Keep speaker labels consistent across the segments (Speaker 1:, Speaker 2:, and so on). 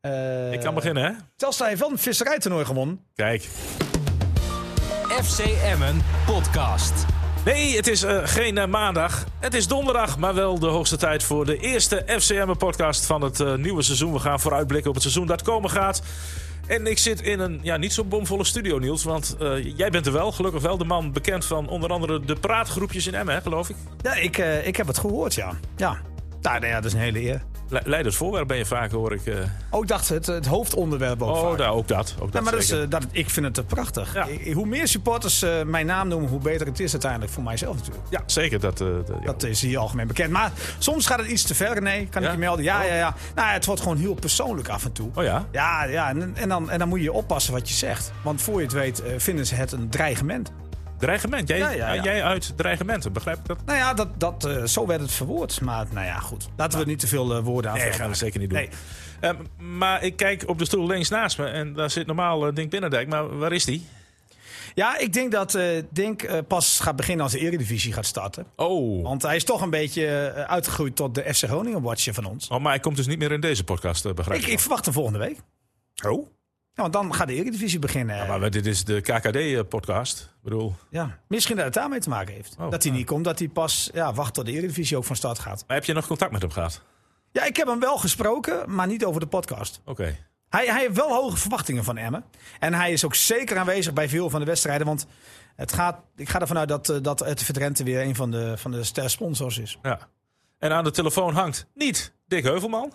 Speaker 1: Eh,
Speaker 2: Ik kan beginnen, hè?
Speaker 1: Telstra heeft wel een visserijtoernooi gewonnen.
Speaker 2: Kijk.
Speaker 3: FC Emmen podcast.
Speaker 2: Nee, het is eh, geen eh, maandag. Het is donderdag, maar wel de hoogste tijd voor de eerste FCM-podcast van het eh, nieuwe seizoen. We gaan vooruitblikken op het seizoen dat komen gaat. En ik zit in een ja, niet zo bomvolle studio, Niels. Want eh, jij bent er wel, gelukkig wel, de man bekend van onder andere de praatgroepjes in Emmen, hè, geloof ik.
Speaker 1: Ja, ik, eh, ik heb het gehoord, ja. Ja. Nou, nou ja, dat is een hele eer.
Speaker 2: Le Leiders voorwerp ben je vaak, hoor ik. eh.
Speaker 1: Ook dacht het, het hoofdonderwerp ook
Speaker 2: Oh,
Speaker 1: vaak.
Speaker 2: daar ook dat. Ook dat
Speaker 1: Ja, maar dat is,
Speaker 2: zeker.
Speaker 1: eh, dat, ik vind het eh, prachtig.
Speaker 2: Ja.
Speaker 1: Ik- hoe meer supporters eh, mijn naam noemen, hoe beter het is uiteindelijk voor mijzelf natuurlijk.
Speaker 2: ja, zeker. Dat, eh, dat- ja.
Speaker 1: Dat is hier algemeen bekend. Maar soms gaat het iets te ver, nee, kan
Speaker 2: Ja?
Speaker 1: ik je melden. Ja, ja, ja. Nou, het wordt gewoon heel persoonlijk af en toe.
Speaker 2: Oh ja?
Speaker 1: Ja, ja en, en, dan, en dan moet je oppassen wat je zegt. Want voor je het weet eh, vinden ze het een dreigement.
Speaker 2: Dreigement. Jij,
Speaker 1: Ja, ja, ja.
Speaker 2: jij uit dreigementen, begrijp ik dat?
Speaker 1: Nou ja, dat, dat, eh, zo werd het verwoord. Maar nou ja, goed. Laten we niet te veel eh, woorden aan
Speaker 2: Nee, gaan we zeker niet doen.
Speaker 1: Nee.
Speaker 2: Ehm, maar ik kijk op de stoel links naast me en daar zit normaal eh, Dink Binnendijk. Maar waar is die?
Speaker 1: Ja, ik denk dat eh Dink eh, pas gaat beginnen als de Eredivisie gaat starten.
Speaker 2: Oh.
Speaker 1: Want hij is toch een beetje eh, uitgegroeid tot de FC Groningen watcher van ons.
Speaker 2: oh, maar hij komt dus niet meer in deze podcast, eh, begrijp
Speaker 1: Ik,
Speaker 2: ik.
Speaker 1: ik verwacht hem volgende week.
Speaker 2: Oh.
Speaker 1: Ja, want dan gaat de Eredivisie beginnen. eh,
Speaker 2: Maar we- dit is de KKD-podcast. eh, Ik bedoel,
Speaker 1: ja. Misschien dat het daarmee te maken heeft.
Speaker 2: Oh,
Speaker 1: dat hij
Speaker 2: ja.
Speaker 1: niet komt, dat hij pas ja, wacht tot de Eredivisie ook van start gaat.
Speaker 2: maar heb je nog contact met hem gehad?
Speaker 1: Ja, ik heb hem wel gesproken, maar niet over de podcast.
Speaker 2: Oké.
Speaker 1: Hij, hij heeft wel hoge verwachtingen van Emmen. En hij is ook zeker aanwezig bij veel van de wedstrijden. Want het gaat, ik ga ervan uit dat, eh, dat het Verdrente weer een van de, van de ster sponsors is.
Speaker 2: Ja. En aan de telefoon hangt niet Dick Heuvelman.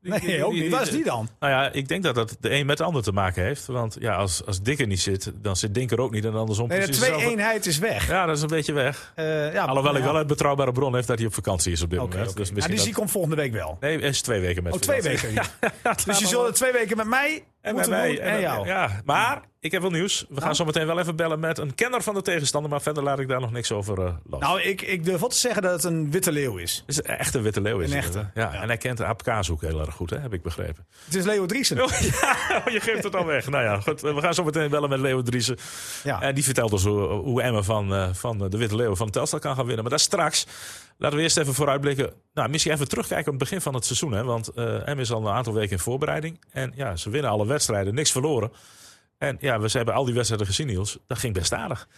Speaker 2: Die- die-
Speaker 1: Nee, ook
Speaker 2: die-
Speaker 1: niet. Waar is die dan?
Speaker 2: Nou ja, ik denk dat dat de een met de ander te maken heeft. Want ja, als, als Dick er niet zit, dan zit Dink er ook niet. En andersom
Speaker 1: Nee, de
Speaker 2: precies hetzelfde.
Speaker 1: twee-eenheid is weg.
Speaker 2: Ja, dat is een beetje weg.
Speaker 1: Eh, ja,
Speaker 2: Alhoewel
Speaker 1: ja.
Speaker 2: ik wel uit betrouwbare bron heb dat hij op vakantie is op dit
Speaker 1: Oké,
Speaker 2: moment.
Speaker 1: oké.
Speaker 2: Dus
Speaker 1: Ja,
Speaker 2: misschien
Speaker 1: die
Speaker 2: dat-
Speaker 1: zie ik om volgende week wel.
Speaker 2: Nee, hij is twee weken met
Speaker 1: Oh, twee
Speaker 2: vakantie.
Speaker 1: weken. dus je zult twee weken met mij
Speaker 2: En met
Speaker 1: moeten
Speaker 2: mij.
Speaker 1: doen en,
Speaker 2: en-
Speaker 1: jou. Nou.
Speaker 2: Ja, maar ik heb wel nieuws. We gaan zo meteen wel even bellen met een kenner van de tegenstander. Maar verder laat ik daar nog niks over eh los.
Speaker 1: Nou, ik, ik durf wel te zeggen dat het een witte leeuw is.
Speaker 2: Het is een echte witte leeuw. Is
Speaker 1: Een
Speaker 2: het,
Speaker 1: echte,
Speaker 2: hè? Ja, En hij kent de APK's ook heel erg goed, hè? heb ik begrepen.
Speaker 1: Het is Leo Driesen.
Speaker 2: Oh, ja, je geeft het al weg. Nou ja, goed. We gaan zo meteen bellen met Leo Driessen.
Speaker 1: Ja.
Speaker 2: En Ah. Eh, die vertelt ons hoe, hoe Emma van, eh, van de Witte Leeuwen van Telstar kan gaan winnen. Maar dat straks. Laten we eerst even vooruitblikken. Nou, misschien even terugkijken op het begin van het seizoen. Hè? Want eh Emma is al een aantal weken in voorbereiding. En ja, ze winnen alle wedstrijden. Niks verloren. En ja, we ze hebben al die wedstrijden gezien, Niels. Dat ging best aardig.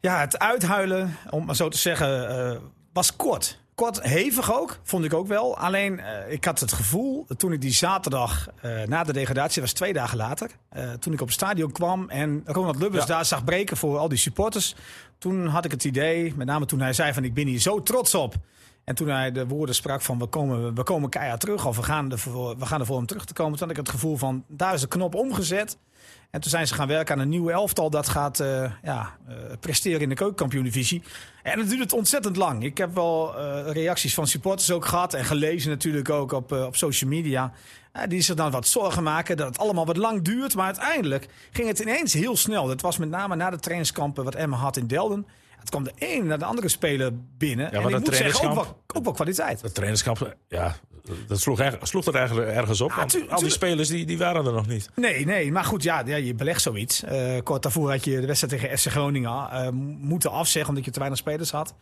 Speaker 1: Ja, het uithuilen, om maar zo te zeggen, eh, was kort. Kort, hevig ook, vond ik ook wel. Alleen, eh, ik had het gevoel, toen ik die zaterdag eh, na de degradatie, was twee dagen later, eh, toen ik op het stadion kwam en Ronald Lubbers
Speaker 2: Ja.
Speaker 1: daar zag breken voor al die supporters, toen had ik het idee, met name toen hij zei van ik ben hier zo trots op. En toen hij de woorden sprak van we komen, we komen keihard terug of we gaan, ervoor, we gaan ervoor om terug te komen, toen had ik het gevoel van daar is de knop omgezet. En toen zijn ze gaan werken aan een nieuw elftal dat gaat eh, ja, eh, presteren in de keukenkampioen-divisie. En dat duurt het ontzettend lang. Ik heb wel eh, reacties van supporters ook gehad en gelezen natuurlijk ook op, eh, op social media. Eh, die zich dan wat zorgen maken dat het allemaal wat lang duurt. Maar uiteindelijk ging het ineens heel snel. Dat was met name na de trainingskampen wat Emma had in Delden. Het kwam de ene naar de andere speler binnen. en
Speaker 2: maar
Speaker 1: ik
Speaker 2: dat
Speaker 1: moet zeggen, ook
Speaker 2: trainingskamp-
Speaker 1: wel, ook wel kwaliteit.
Speaker 2: Dat trainerschap, ja, dat sloeg, erg- sloeg er eigenlijk ergens op. want
Speaker 1: tu-
Speaker 2: al die
Speaker 1: tuurlijk.
Speaker 2: spelers die, die waren er nog niet.
Speaker 1: Nee, nee, maar goed, ja, ja je belegt zoiets. Eh, kort daarvoor had je de wedstrijd tegen SC Groningen eh, moeten afzeggen omdat je te weinig spelers had.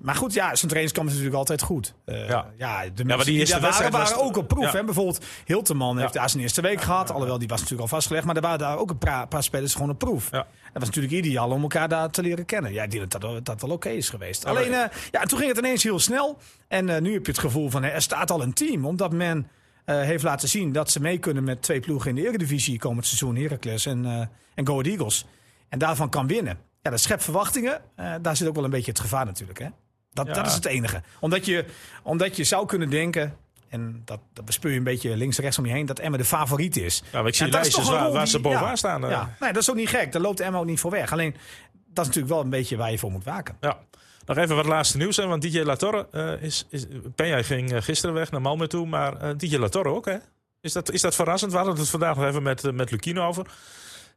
Speaker 1: Maar goed, ja, zo'n trainingskamp is natuurlijk altijd goed. Eh,
Speaker 2: Ja.
Speaker 1: ja. de mensen
Speaker 2: die
Speaker 1: die,
Speaker 2: eerste
Speaker 1: daar waren,
Speaker 2: wedstrijd
Speaker 1: waren
Speaker 2: was-
Speaker 1: ook op proef.
Speaker 2: ja.
Speaker 1: Hè? Bijvoorbeeld Hilteman heeft
Speaker 2: Ja.
Speaker 1: daar zijn eerste week gehad. Alhoewel, die was natuurlijk al vastgelegd. Maar er waren daar ook een paar, paar spelers gewoon op proef.
Speaker 2: Ja.
Speaker 1: Dat was natuurlijk ideaal om elkaar daar te leren kennen. Ja, ik denk dat dat, dat wel oké is geweest. Alleen,
Speaker 2: maar-
Speaker 1: eh, ja, toen ging het ineens heel snel. En eh, nu heb je het gevoel van, eh, er staat al een team. Omdat men eh, heeft laten zien dat ze mee kunnen met twee ploegen in de Eredivisie komend seizoen. Heracles en, eh en Go Ahead Eagles. En daarvan kan winnen. Ja, dat schept verwachtingen. Eh, daar zit ook wel een beetje het gevaar natuurlijk, hè? Dat,
Speaker 2: Ja.
Speaker 1: dat is het enige. Omdat je, omdat je zou kunnen denken... En dat, dat bespeur je een beetje links en rechts om je heen. Dat Emmen de favoriet is.
Speaker 2: Ja, maar ik zie
Speaker 1: dat is
Speaker 2: lijstjes
Speaker 1: toch een
Speaker 2: waar-
Speaker 1: rol
Speaker 2: waar ze bovenaan
Speaker 1: ja,
Speaker 2: staan, eh.
Speaker 1: Ja. Nee, dat is ook niet gek. Daar loopt Emma ook niet voor weg. Alleen, dat is natuurlijk wel een beetje waar je voor moet waken.
Speaker 2: Ja. Nog even wat laatste nieuws, hè, want DJ Latorre eh is, is... Penja ging eh, gisteren weg naar Malmö toe, maar eh DJ Latorre ook, hè? Is dat, is dat verrassend? We hadden het vandaag nog even met, eh, met Lukien over.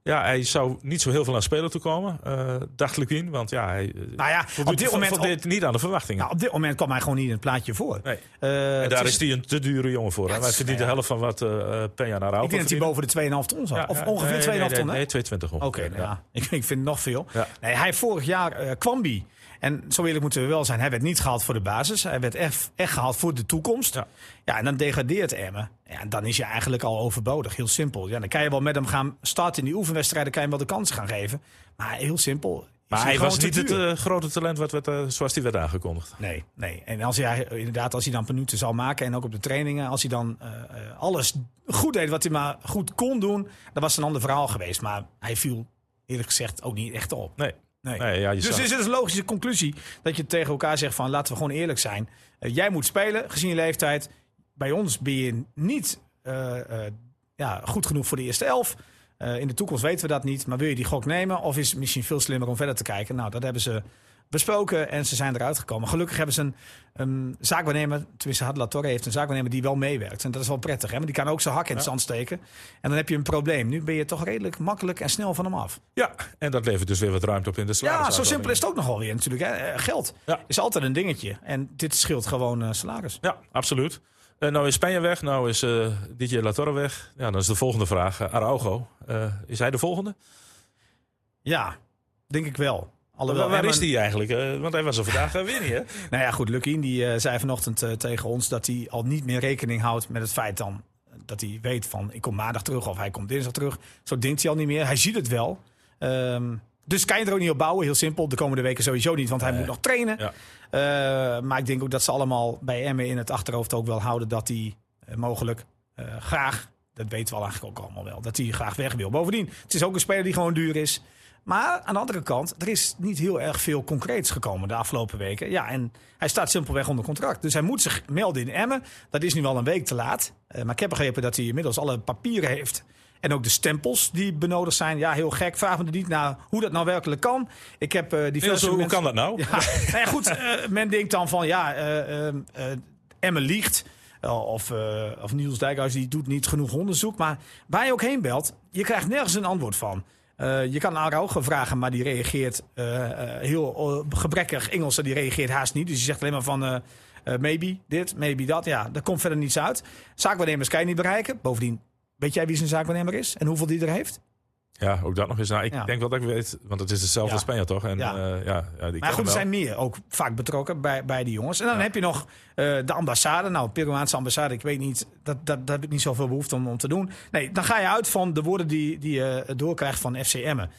Speaker 2: Ja, hij zou niet zo heel veel aan spelen toekomen, eh dacht Lukien. Want ja, hij eh,
Speaker 1: Nou ja, op
Speaker 2: voldoet-
Speaker 1: dit moment, op,
Speaker 2: voldeed niet aan de verwachtingen.
Speaker 1: nou, op dit moment kwam hij gewoon niet in het plaatje voor.
Speaker 2: nee.
Speaker 1: Eh,
Speaker 2: En daar
Speaker 1: het
Speaker 2: is hij een te dure jongen voor. Hè?
Speaker 1: het
Speaker 2: Hij
Speaker 1: is-
Speaker 2: verdient de
Speaker 1: ja.
Speaker 2: helft van wat eh eh, Penja naar
Speaker 1: Ik
Speaker 2: Auto
Speaker 1: denk dat hij boven de 2,5 ton zat. of ongeveer 2,5 ton, hè?
Speaker 2: Nee, 220
Speaker 1: Oké, nou ja. ik, ik vind het nog veel.
Speaker 2: Ja.
Speaker 1: Nee, hij vorig jaar eh kwam die. En zo eerlijk moeten we wel zijn, hij werd niet gehaald voor de basis. Hij werd echt, echt gehaald voor de toekomst.
Speaker 2: Ja.
Speaker 1: Ja. en dan degradeert Emmen. Ja, en dan is je eigenlijk al overbodig. Heel simpel. Ja, dan kan je wel met hem gaan starten in die oefenwedstrijden. Kan je hem wel de kans gaan geven. Maar heel simpel. is
Speaker 2: Maar hij
Speaker 1: gewoon
Speaker 2: was
Speaker 1: te
Speaker 2: niet het
Speaker 1: duur.
Speaker 2: eh, grote talent wat werd, eh, zoals hij werd aangekondigd.
Speaker 1: Nee, nee. En als hij inderdaad, als hij dan minuten zal maken en ook op de trainingen, als hij dan eh, eh, alles goed deed wat hij maar goed kon doen, dan was het een ander verhaal geweest. Maar hij viel eerlijk gezegd ook niet echt op.
Speaker 2: Nee.
Speaker 1: Nee.
Speaker 2: Nee, ja, je
Speaker 1: dus
Speaker 2: zag-
Speaker 1: is het een logische conclusie dat je tegen elkaar zegt van laten we gewoon eerlijk zijn. Eh, jij moet spelen gezien je leeftijd. Bij ons ben je niet eh, eh, ja, goed genoeg voor de eerste elf. Eh, in de toekomst weten we dat niet. Maar wil je die gok nemen of is het misschien veel slimmer om verder te kijken? Nou, dat hebben ze besproken en ze zijn eruit gekomen. Gelukkig hebben ze een, een zaakwaarnemer, tenminste Hadla Torre heeft een zaakwaarnemer die wel meewerkt. En dat is wel prettig, hè? maar die kan ook zijn hak in het zand steken. En dan heb je een probleem. Nu ben je toch redelijk makkelijk en snel van hem af.
Speaker 2: Ja, en dat levert dus weer wat ruimte op in de salaris.
Speaker 1: Ja, zo simpel is het ook nogal weer natuurlijk. Hè. Eh, Geld
Speaker 2: Ja.
Speaker 1: is altijd een dingetje. En dit scheelt gewoon eh, salaris.
Speaker 2: Ja, absoluut. Eh, nou is Spanje weg, nou is eh DJ Latorre weg. Ja, dan is de volgende vraag. eh, Araujo, Eh, is hij de volgende?
Speaker 1: Ja, denk ik wel. Alhoewel,
Speaker 2: waar waar
Speaker 1: Emmen-
Speaker 2: is die eigenlijk? Eh, want hij was er vandaag eh, weer niet, hè?
Speaker 1: Nou ja, goed, Lukien die eh, zei vanochtend eh, tegen ons dat hij al niet meer rekening houdt met het feit dan eh, dat hij weet van ik kom maandag terug of hij komt dinsdag terug. Zo denkt hij al niet meer. Hij ziet het wel. Ehm, dus kan je er ook niet op bouwen, heel simpel. De komende weken sowieso niet, want hij moet nog trainen.
Speaker 2: Ja.
Speaker 1: Eh, maar ik denk ook dat ze allemaal bij Emmen in het achterhoofd ook wel houden dat hij eh, mogelijk eh, graag, dat weten we al eigenlijk ook allemaal wel, dat hij graag weg wil. Bovendien, het is ook een speler die gewoon duur is. Maar aan de andere kant, er is niet heel erg veel concreets gekomen de afgelopen weken. Ja, en hij staat simpelweg onder contract. Dus hij moet zich melden in Emmen. Dat is nu al een week te laat. Eh, maar ik heb begrepen dat hij inmiddels alle papieren heeft. En ook de stempels die benodigd zijn. Ja, heel gek. Vraag me er niet naar hoe dat nou werkelijk kan. Ik heb eh diverse
Speaker 2: Niels, hoe
Speaker 1: mensen-
Speaker 2: kan dat nou?
Speaker 1: ja, nou ja, goed, eh, men denkt dan van ja, eh ehm, eh, Emmen liegt. Eh, Of, eh, of Niels Dijkhuis die doet niet genoeg onderzoek. Maar waar je ook heen belt, je krijgt nergens een antwoord van. Eh, je kan Araujo vragen, maar die reageert eh, eh, heel eh, gebrekkig. Engels, die reageert haast niet. Dus je zegt alleen maar van eh, eh, maybe dit, maybe dat. Ja, daar komt verder niets uit. Zaakwaarnemers kan je niet bereiken. Bovendien, weet jij wie zijn zaakwaarnemer is? En hoeveel die er heeft?
Speaker 2: Ja, ook dat nog eens. Nou, ik
Speaker 1: Ja.
Speaker 2: denk wel dat ik weet, want het is hetzelfde
Speaker 1: Ja.
Speaker 2: als Spanje, toch? En,
Speaker 1: Ja.
Speaker 2: eh, ja, ja, die
Speaker 1: Maar goed, er zijn
Speaker 2: zijn...
Speaker 1: meer ook vaak betrokken bij, bij die jongens. En dan heb je nog eh, de ambassade. Nou, Peruaanse ambassade, ik weet niet, dat, dat, daar heb ik niet zoveel behoefte om, om te doen. Nee, dan ga je uit van de woorden die, die je doorkrijgt van FC Emmen.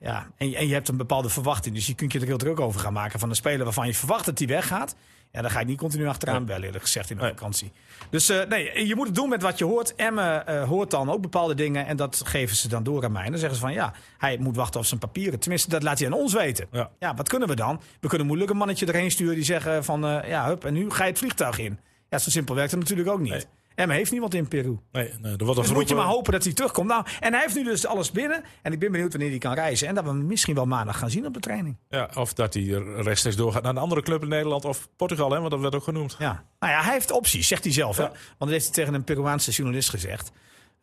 Speaker 1: Ja, en, je- en je hebt een bepaalde verwachting. Dus je kunt je er heel druk over gaan maken van een speler waarvan je verwacht dat die weggaat. Ja, dan ga ik niet continu achteraan bellen, eerlijk gezegd, in de
Speaker 2: Nee.
Speaker 1: vakantie. Dus eh, nee, je moet het doen met wat je hoort. Emmen eh, hoort dan ook bepaalde dingen en dat geven ze dan door aan mij. En dan zeggen ze van ja, hij moet wachten op zijn papieren. Tenminste, dat laat hij aan ons weten.
Speaker 2: Ja.
Speaker 1: Ja, wat kunnen we dan? We kunnen moeilijk een mannetje erheen sturen die zeggen van... eh, ja, hup, en nu ga je het vliegtuig in. Ja, zo simpel werkt het natuurlijk ook niet.
Speaker 2: Nee.
Speaker 1: En heeft niemand in Peru.
Speaker 2: Nee, nee, er wordt al
Speaker 1: Dus moet je
Speaker 2: geroepen-
Speaker 1: maar hopen dat hij terugkomt. Nou, en hij heeft nu dus alles binnen. En ik ben benieuwd wanneer hij kan reizen. En dat we hem misschien wel maandag gaan zien op de training.
Speaker 2: Ja, of dat hij rechtstreeks doorgaat naar een andere club in Nederland of Portugal, hè, want dat werd ook genoemd.
Speaker 1: Ja. Nou ja, hij heeft opties, zegt hij zelf. Hè?
Speaker 2: Ja.
Speaker 1: Want dat heeft hij tegen een Peruaanse journalist gezegd.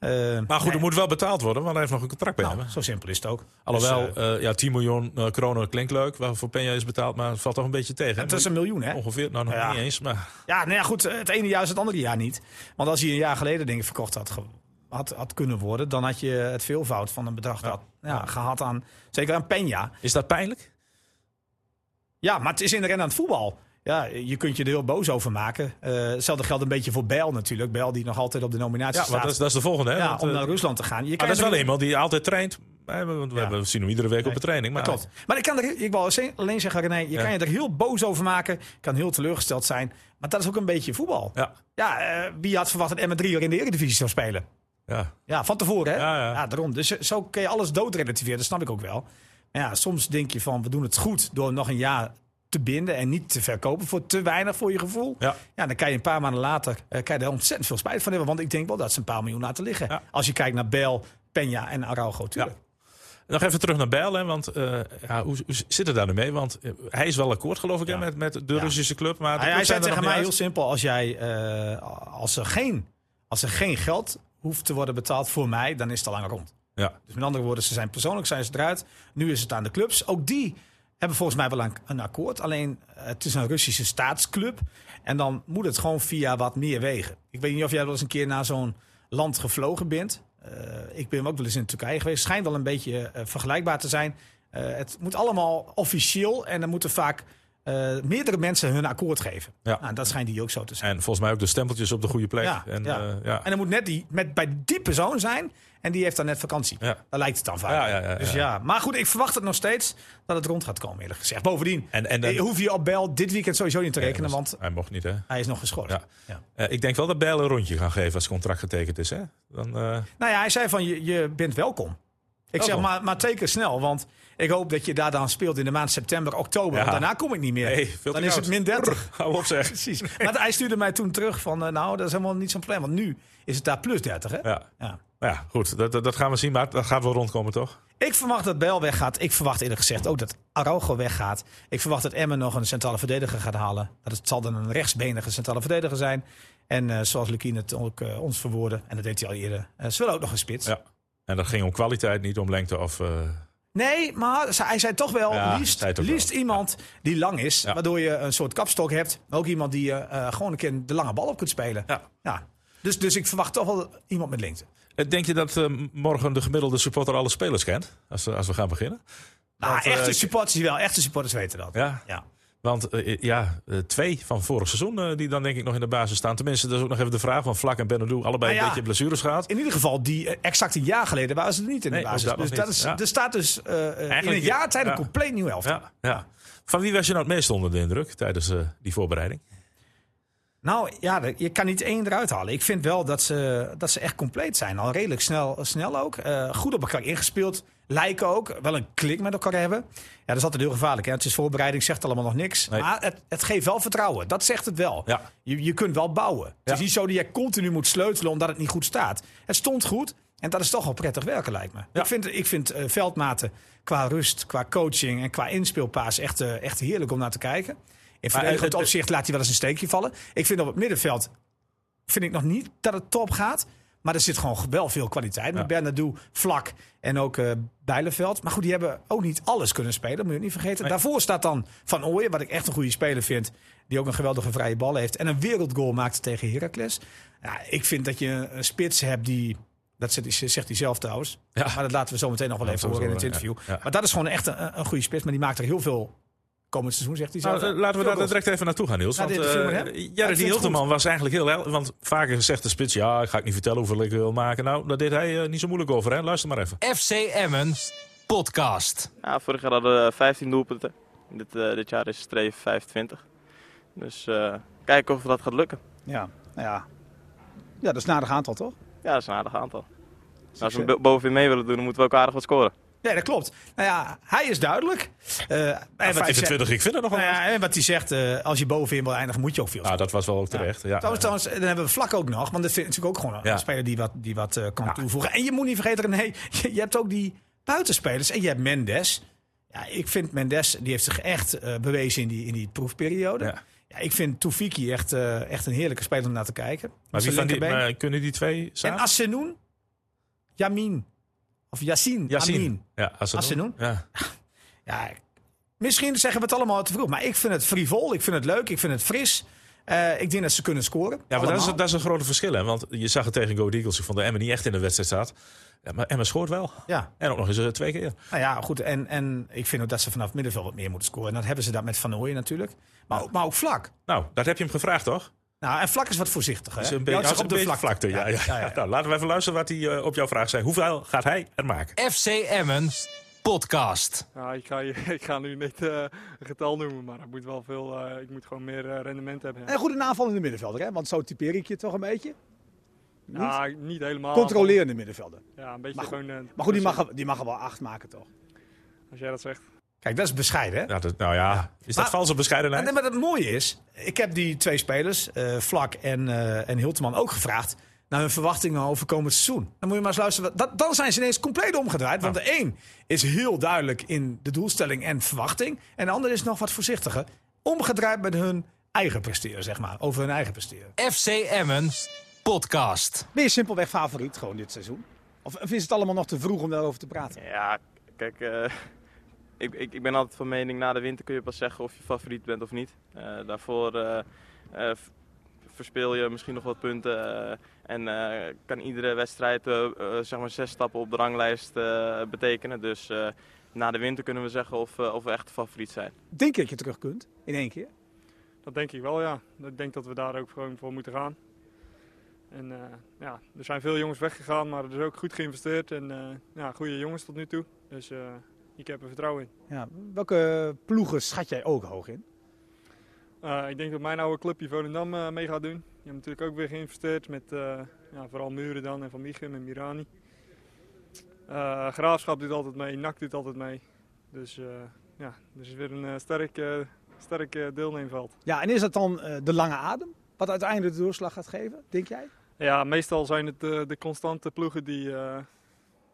Speaker 1: Eh,
Speaker 2: Maar goed,
Speaker 1: nee,
Speaker 2: er moet wel betaald worden, want hij heeft nog een contract bij
Speaker 1: nou,
Speaker 2: hem.
Speaker 1: zo simpel is het ook.
Speaker 2: Alhoewel,
Speaker 1: Dus, eh,
Speaker 2: eh, ja, 10 miljoen eh, kronen klinkt leuk, waarvoor Peña is betaald, maar het valt toch een beetje tegen. hè?
Speaker 1: het is een miljoen, hè?
Speaker 2: Ongeveer, nou nog
Speaker 1: Ja.
Speaker 2: niet eens, maar
Speaker 1: Ja, nou ja, goed. Het ene jaar is het andere jaar niet. Want als hij een jaar geleden dingen verkocht had, ge- had, had kunnen worden, dan had je het veelvoud van een bedrag dat, ja, gehad aan, zeker aan Peña.
Speaker 2: is dat pijnlijk?
Speaker 1: Ja, maar het is in de ren aan het voetbal. Ja, je kunt je er heel boos over maken. Eh, hetzelfde geldt een beetje voor Bijl natuurlijk. Bijl die nog altijd op de nominatie
Speaker 2: Ja, want
Speaker 1: staat
Speaker 2: dat is, dat is de volgende, hè?
Speaker 1: ja,
Speaker 2: want,
Speaker 1: om
Speaker 2: eh,
Speaker 1: naar Rusland te gaan. Je
Speaker 2: maar
Speaker 1: kan
Speaker 2: dat is
Speaker 1: er-
Speaker 2: wel iemand die altijd traint. Hè, want we,
Speaker 1: Ja.
Speaker 2: hebben- we zien hem iedere week op de training. Maar
Speaker 1: Maar klopt. Maar ik, kan er, ik wil alleen zeggen, René, je
Speaker 2: Ja.
Speaker 1: kan je er heel boos over maken. Je kan heel teleurgesteld zijn. Maar dat is ook een beetje voetbal. Ja,
Speaker 2: Ja,
Speaker 1: eh, wie had verwacht dat M3 er in de Eredivisie zou spelen?
Speaker 2: ja.
Speaker 1: Ja, van tevoren, hè?
Speaker 2: Ja,
Speaker 1: Ja,
Speaker 2: ja.
Speaker 1: daarom. Dus zo kun je alles doodrelativeren, dat snap ik ook wel. Maar ja, soms denk je van, we doen het goed door nog een jaar te binden en niet te verkopen voor te weinig voor je gevoel.
Speaker 2: Ja.
Speaker 1: dan kan je een paar maanden later eh, kan je er ontzettend veel spijt van hebben. Want ik denk wel dat ze een paar miljoen laten liggen.
Speaker 2: Ja.
Speaker 1: Als je kijkt naar Bel, Peña en Araujo, tuurlijk.
Speaker 2: Nog even terug naar Bijl, hè, want eh, ja, hoe, hoe zit het daar nu mee? Want eh, hij is wel akkoord, geloof ik, hè,
Speaker 1: Ja.
Speaker 2: met, met de
Speaker 1: Ja.
Speaker 2: Russische club. Maar de
Speaker 1: Hij, hij
Speaker 2: clubs
Speaker 1: zei
Speaker 2: zijn er
Speaker 1: tegen
Speaker 2: nog
Speaker 1: mij
Speaker 2: niet
Speaker 1: heel simpel: als, jij, eh, als, er geen, als er geen geld hoeft te worden betaald voor mij, dan is het al lang rond.
Speaker 2: uit. Ja.
Speaker 1: Dus met andere woorden, ze zijn persoonlijk zijn ze eruit. Nu is het aan de clubs. Ook die hebben volgens mij wel een, een akkoord. Alleen eh, het is een Russische staatsclub. En dan moet het gewoon via wat meer wegen. Ik weet niet of jij wel eens een keer naar zo'n land gevlogen bent. Eh, ik ben ook wel eens in Turkije geweest. Schijnt wel een beetje eh, vergelijkbaar te zijn. Eh, het moet allemaal officieel en dan moeten vaak eh, meerdere mensen hun akkoord geven.
Speaker 2: Ja.
Speaker 1: Nou, dat schijnt hier ook zo te zijn.
Speaker 2: En volgens mij ook de stempeltjes op de goede plek.
Speaker 1: Ja,
Speaker 2: en,
Speaker 1: ja.
Speaker 2: eh, ja.
Speaker 1: En dan moet net die, met, bij die persoon zijn. En die heeft dan net vakantie.
Speaker 2: Ja.
Speaker 1: Daar lijkt het dan vaak.
Speaker 2: Ja, ja, ja,
Speaker 1: dus
Speaker 2: ja.
Speaker 1: ja. Maar goed, ik verwacht het nog steeds dat het rond gaat komen, eerlijk gezegd. Bovendien,
Speaker 2: En- en dan-
Speaker 1: eh, hoef je op Bel dit weekend sowieso niet te rekenen,
Speaker 2: Ja,
Speaker 1: want
Speaker 2: Hij mocht niet, hè?
Speaker 1: hij is nog geschorst.
Speaker 2: Ja.
Speaker 1: Ja.
Speaker 2: Eh, ik denk wel dat Bijl een rondje gaan geven als het contract getekend is, hè? Dan, eh,
Speaker 1: Nou ja, hij zei van, je, je bent welkom. Ik zeg,
Speaker 2: Welkom.
Speaker 1: maar, maar teken snel, want ik hoop dat je daar dan speelt in de maand september, oktober.
Speaker 2: Ja.
Speaker 1: Want daarna kom ik niet meer.
Speaker 2: Nee, veel te
Speaker 1: dan is
Speaker 2: koud.
Speaker 1: het min 30.
Speaker 2: hou op zeg.
Speaker 1: Precies. Maar hij stuurde mij toen terug van, eh, nou, dat is helemaal niet zo'n plan. Want nu is het daar plus 30, hè?
Speaker 2: Ja.
Speaker 1: Ja.
Speaker 2: Nou ja, goed. Dat, dat, dat gaan we zien, maar dat gaat wel rondkomen, toch?
Speaker 1: Ik verwacht dat Bel weggaat. Ik verwacht eerlijk gezegd ook dat Araujo weggaat. Ik verwacht dat Emmen nog een centrale verdediger gaat halen. Dat het zal dan een rechtsbenige centrale verdediger zijn. En eh, zoals Lukien het ook eh, ons verwoordde, en dat deed hij al eerder, eh, ze willen ook nog een spits.
Speaker 2: Ja. En dat ging om kwaliteit, niet om lengte of... eh,
Speaker 1: Nee, maar ze- hij zei toch wel,
Speaker 2: Ja,
Speaker 1: liefst,
Speaker 2: zei het ook
Speaker 1: liefst
Speaker 2: wel.
Speaker 1: iemand die lang is.
Speaker 2: Ja.
Speaker 1: Waardoor je een soort kapstok hebt. Maar ook iemand die je eh, gewoon een keer de lange bal op kunt spelen.
Speaker 2: Ja.
Speaker 1: Dus, dus ik verwacht toch wel iemand met lengte.
Speaker 2: Eh, Denk je dat eh, morgen de gemiddelde supporter alle spelers kent? Als, eh, als we gaan beginnen?
Speaker 1: Nou,
Speaker 2: Want, eh,
Speaker 1: echte
Speaker 2: ik-
Speaker 1: supporters wel. Echte supporters weten dat.
Speaker 2: Ja.
Speaker 1: Ja.
Speaker 2: Want eh, ja, eh, twee van vorig seizoen eh, die dan denk ik nog in de basis staan. Tenminste, dat is ook nog even de vraag van Vlak en Benadou. Allebei
Speaker 1: Ah,
Speaker 2: een
Speaker 1: ja.
Speaker 2: beetje blessures gehad.
Speaker 1: In ieder geval, die, eh, exact een jaar geleden waren ze er niet in de
Speaker 2: Nee,
Speaker 1: basis.
Speaker 2: ook dat nog
Speaker 1: dus dat
Speaker 2: niet.
Speaker 1: is,
Speaker 2: Ja.
Speaker 1: er staat dus eh, eh, in een
Speaker 2: Eigenlijk-
Speaker 1: jaar tijd een
Speaker 2: ja.
Speaker 1: compleet nieuw elftal.
Speaker 2: Ja, ja. Van wie was je nou het meest onder de indruk tijdens eh, die voorbereiding?
Speaker 1: Nou ja, de- je kan niet één eruit halen. Ik vind wel dat ze, dat ze echt compleet zijn. Al redelijk snel, snel ook. Eh, goed op elkaar ingespeeld. Lijken ook. Wel een klik met elkaar hebben. Ja, dat is altijd heel gevaarlijk. Hè? Het is voorbereiding, zegt allemaal nog niks.
Speaker 2: Nee.
Speaker 1: Maar het, het geeft wel vertrouwen. Dat zegt het wel.
Speaker 2: Ja.
Speaker 1: Je, je kunt wel bouwen. Het
Speaker 2: Ja.
Speaker 1: is niet zo dat je continu moet sleutelen omdat het niet goed staat. Het stond goed. En dat is toch wel prettig werken, lijkt me. Ik vind, ik vind eh, veldmaten qua rust, qua coaching en qua inspeelpaas echt, eh, echt heerlijk om naar te kijken. In verdedigend
Speaker 2: het- het-
Speaker 1: opzicht laat hij wel eens een steekje vallen. Ik vind op het middenveld vind ik nog niet dat het top gaat. Maar er zit gewoon wel veel kwaliteit. Met
Speaker 2: Ja.
Speaker 1: Bernardo, Vlak en ook eh Bijleveld. Maar goed, die hebben ook niet alles kunnen spelen. Moet je niet vergeten. Daarvoor staat dan Van Ooyen, wat ik echt een goede speler vind. Die ook een geweldige vrije bal heeft. En een wereldgoal maakte tegen Heracles. Ja, ik vind dat je een spits hebt die... Dat zegt hij- zegt hij zelf trouwens.
Speaker 2: Ja.
Speaker 1: Maar dat laten we zo meteen nog wel
Speaker 2: Ja,
Speaker 1: even
Speaker 2: dat
Speaker 1: horen in het
Speaker 2: sowieso,
Speaker 1: interview.
Speaker 2: ja. Ja.
Speaker 1: Maar dat is gewoon echt een, een goede spits. Maar die maakt er heel veel komend seizoen, zegt hij
Speaker 2: Nou,
Speaker 1: zelf.
Speaker 2: eh, laten
Speaker 1: Veel
Speaker 2: we daar
Speaker 1: goals.
Speaker 2: direct even naartoe gaan, Niels.
Speaker 1: Naar
Speaker 2: Want,
Speaker 1: dit interview met
Speaker 2: eh,
Speaker 1: hem? Ja, ik
Speaker 2: Jared
Speaker 1: vind het
Speaker 2: Hilterman was eigenlijk heel... hel- Want vaker zegt de spits, ja, ik ga ik niet vertellen hoeveel ik wil maken. Nou, daar deed hij eh, niet zo moeilijk over, hè. Luister maar even. Ah,
Speaker 3: FC Emmen podcast.
Speaker 4: Ja, vorig jaar hadden we 15 doelpunten. Dit, eh, dit jaar is het streven 25. Dus eh, kijken of dat gaat lukken.
Speaker 1: Ja, nou ja. Ja, dat is een aardig aantal, toch?
Speaker 4: Ja, dat is een aardig aantal. En als we
Speaker 1: Succes.
Speaker 4: bo- bovenin mee willen doen, dan moeten we ook aardig wat scoren.
Speaker 1: Nee, dat klopt. Nou ja, hij is duidelijk. Eh, en, wat hij zegt,
Speaker 2: 25, ik vind het nog wel.
Speaker 1: nou ja, en wat hij zegt, eh, als je bovenin wil eindigen, moet je ook veel
Speaker 2: Nou, dat was wel ook terecht. Ja.
Speaker 1: Trouwens, trouwens, eh, dan hebben we Vlak ook nog. Want dat vind ik natuurlijk ook gewoon
Speaker 2: Ja.
Speaker 1: een speler die wat, die wat eh, kan toevoegen. En je moet niet vergeten, nee, je, je hebt ook die buitenspelers. En je hebt Mendes. Ja, ik vind Mendes, die heeft zich echt eh, bewezen in die, in die proefperiode. Ja.
Speaker 2: Ja.
Speaker 1: ik vind Toefiki echt, eh, echt een heerlijke speler om naar te kijken.
Speaker 2: maar
Speaker 1: Met
Speaker 2: wie
Speaker 1: zijn
Speaker 2: van die,
Speaker 1: linkerbeen.
Speaker 2: maar kunnen die twee
Speaker 1: En
Speaker 2: samen?
Speaker 1: Assenoen, Yamin. Of Yassine.
Speaker 2: Yassine.
Speaker 1: Amin.
Speaker 2: Ja, Assenoen.
Speaker 1: Assenoen.
Speaker 2: Ja.
Speaker 1: Ja, misschien zeggen we het allemaal te vroeg. Maar ik vind het frivol, ik vind het leuk, ik vind het fris. Eh, ik denk dat ze kunnen scoren.
Speaker 2: Ja, maar dat is,
Speaker 1: Allemaal.
Speaker 2: dat is een groot verschil, hè. Want je zag het tegen Go Eagles, ik vond de Emmen niet echt in de wedstrijd staat. Ja, maar Emmen scoort wel.
Speaker 1: Ja,
Speaker 2: En ook nog eens eh, twee keer.
Speaker 1: nou ja, goed. En, en ik vind ook dat ze vanaf het middenveld wat meer moeten scoren. En dat hebben ze dat met Van Ooyen natuurlijk. Maar, ook- maar ook vlak.
Speaker 2: Nou, dat heb je hem gevraagd, toch?
Speaker 1: Nou, en vlak is wat voorzichtiger.
Speaker 2: Dat
Speaker 1: hè?
Speaker 2: is
Speaker 1: Die
Speaker 2: een beetje,
Speaker 1: houdt zich
Speaker 2: op de vlakte. Ja, ja, ja, Nou, laten we even luisteren wat hij eh, op jouw vraag zei. Hoeveel gaat hij er maken?
Speaker 3: FC Emmen podcast.
Speaker 5: Nou, ik, ga, je- ik ga nu niet eh, een getal noemen, maar ik moet wel veel, eh, ik moet gewoon meer eh, rendement hebben.
Speaker 1: En
Speaker 5: Ja.
Speaker 1: goed, een aanvallende middenvelder, hè? Want zo typeer ik je toch een beetje.
Speaker 5: Ja, niet helemaal.
Speaker 1: Controlerende middenvelder.
Speaker 5: Ja, een beetje
Speaker 1: Maar goed-
Speaker 5: gewoon. eh,
Speaker 1: Maar goed, die
Speaker 5: tussen-
Speaker 1: mag, er- die mag er wel acht maken, toch?
Speaker 5: Als jij dat zegt.
Speaker 1: Kijk, dat is bescheiden, hè?
Speaker 2: Ja, dat, nou ja, is dat
Speaker 1: Maar-
Speaker 2: valse
Speaker 1: En,
Speaker 2: bescheidenheid?
Speaker 1: maar het mooie is, ik heb die twee spelers, eh, Vlak en, eh en Hilteman, ook gevraagd naar hun verwachtingen over komend seizoen. Dan moet je maar eens luisteren. wat- Dat, dan zijn ze ineens compleet omgedraaid. Want de een is heel duidelijk in de doelstelling en verwachting. En de ander is nog wat voorzichtiger. Omgedraaid met hun eigen presteren, zeg maar. Over hun eigen presteren.
Speaker 3: FC Emmen podcast.
Speaker 1: Ben je simpelweg favoriet gewoon dit seizoen? Of, is het allemaal nog te vroeg om daarover te praten?
Speaker 4: Ja, k- kijk, eh, ik, ik, ik ben altijd van mening, na de winter kun je pas zeggen of je favoriet bent of niet. Eh, daarvoor eh, eh, v- verspeel je misschien nog wat punten eh, en eh, kan iedere wedstrijd eh, eh, zeg maar zes stappen op de ranglijst eh, betekenen. Dus eh, na de winter kunnen we zeggen of, eh, of we echt de favoriet zijn.
Speaker 1: Denk je dat je terug kunt in één keer?
Speaker 5: Dat denk ik wel, ja. Ik denk dat we daar ook gewoon voor moeten gaan. En eh, ja, er zijn veel jongens weggegaan, maar er is ook goed geïnvesteerd. En eh, ja, goede jongens tot nu toe. Dus eh, ik heb er vertrouwen in.
Speaker 1: Ja. Welke ploegen schat jij ook hoog in?
Speaker 5: Eh, ik denk dat mijn oude clubje Volendam eh, mee gaat doen. Die hebben natuurlijk ook weer geïnvesteerd met eh, ja, vooral Muren dan en Van Michum en Mirani. Eh, Graafschap doet altijd mee, NAC doet altijd mee. Dus eh, ja, er is weer een eh, sterk, eh, sterk eh, deelneemveld.
Speaker 1: Ja, en is dat dan eh, de lange adem? Wat uiteindelijk de doorslag gaat geven, denk jij?
Speaker 5: Ja, meestal zijn het eh, de constante ploegen die, eh,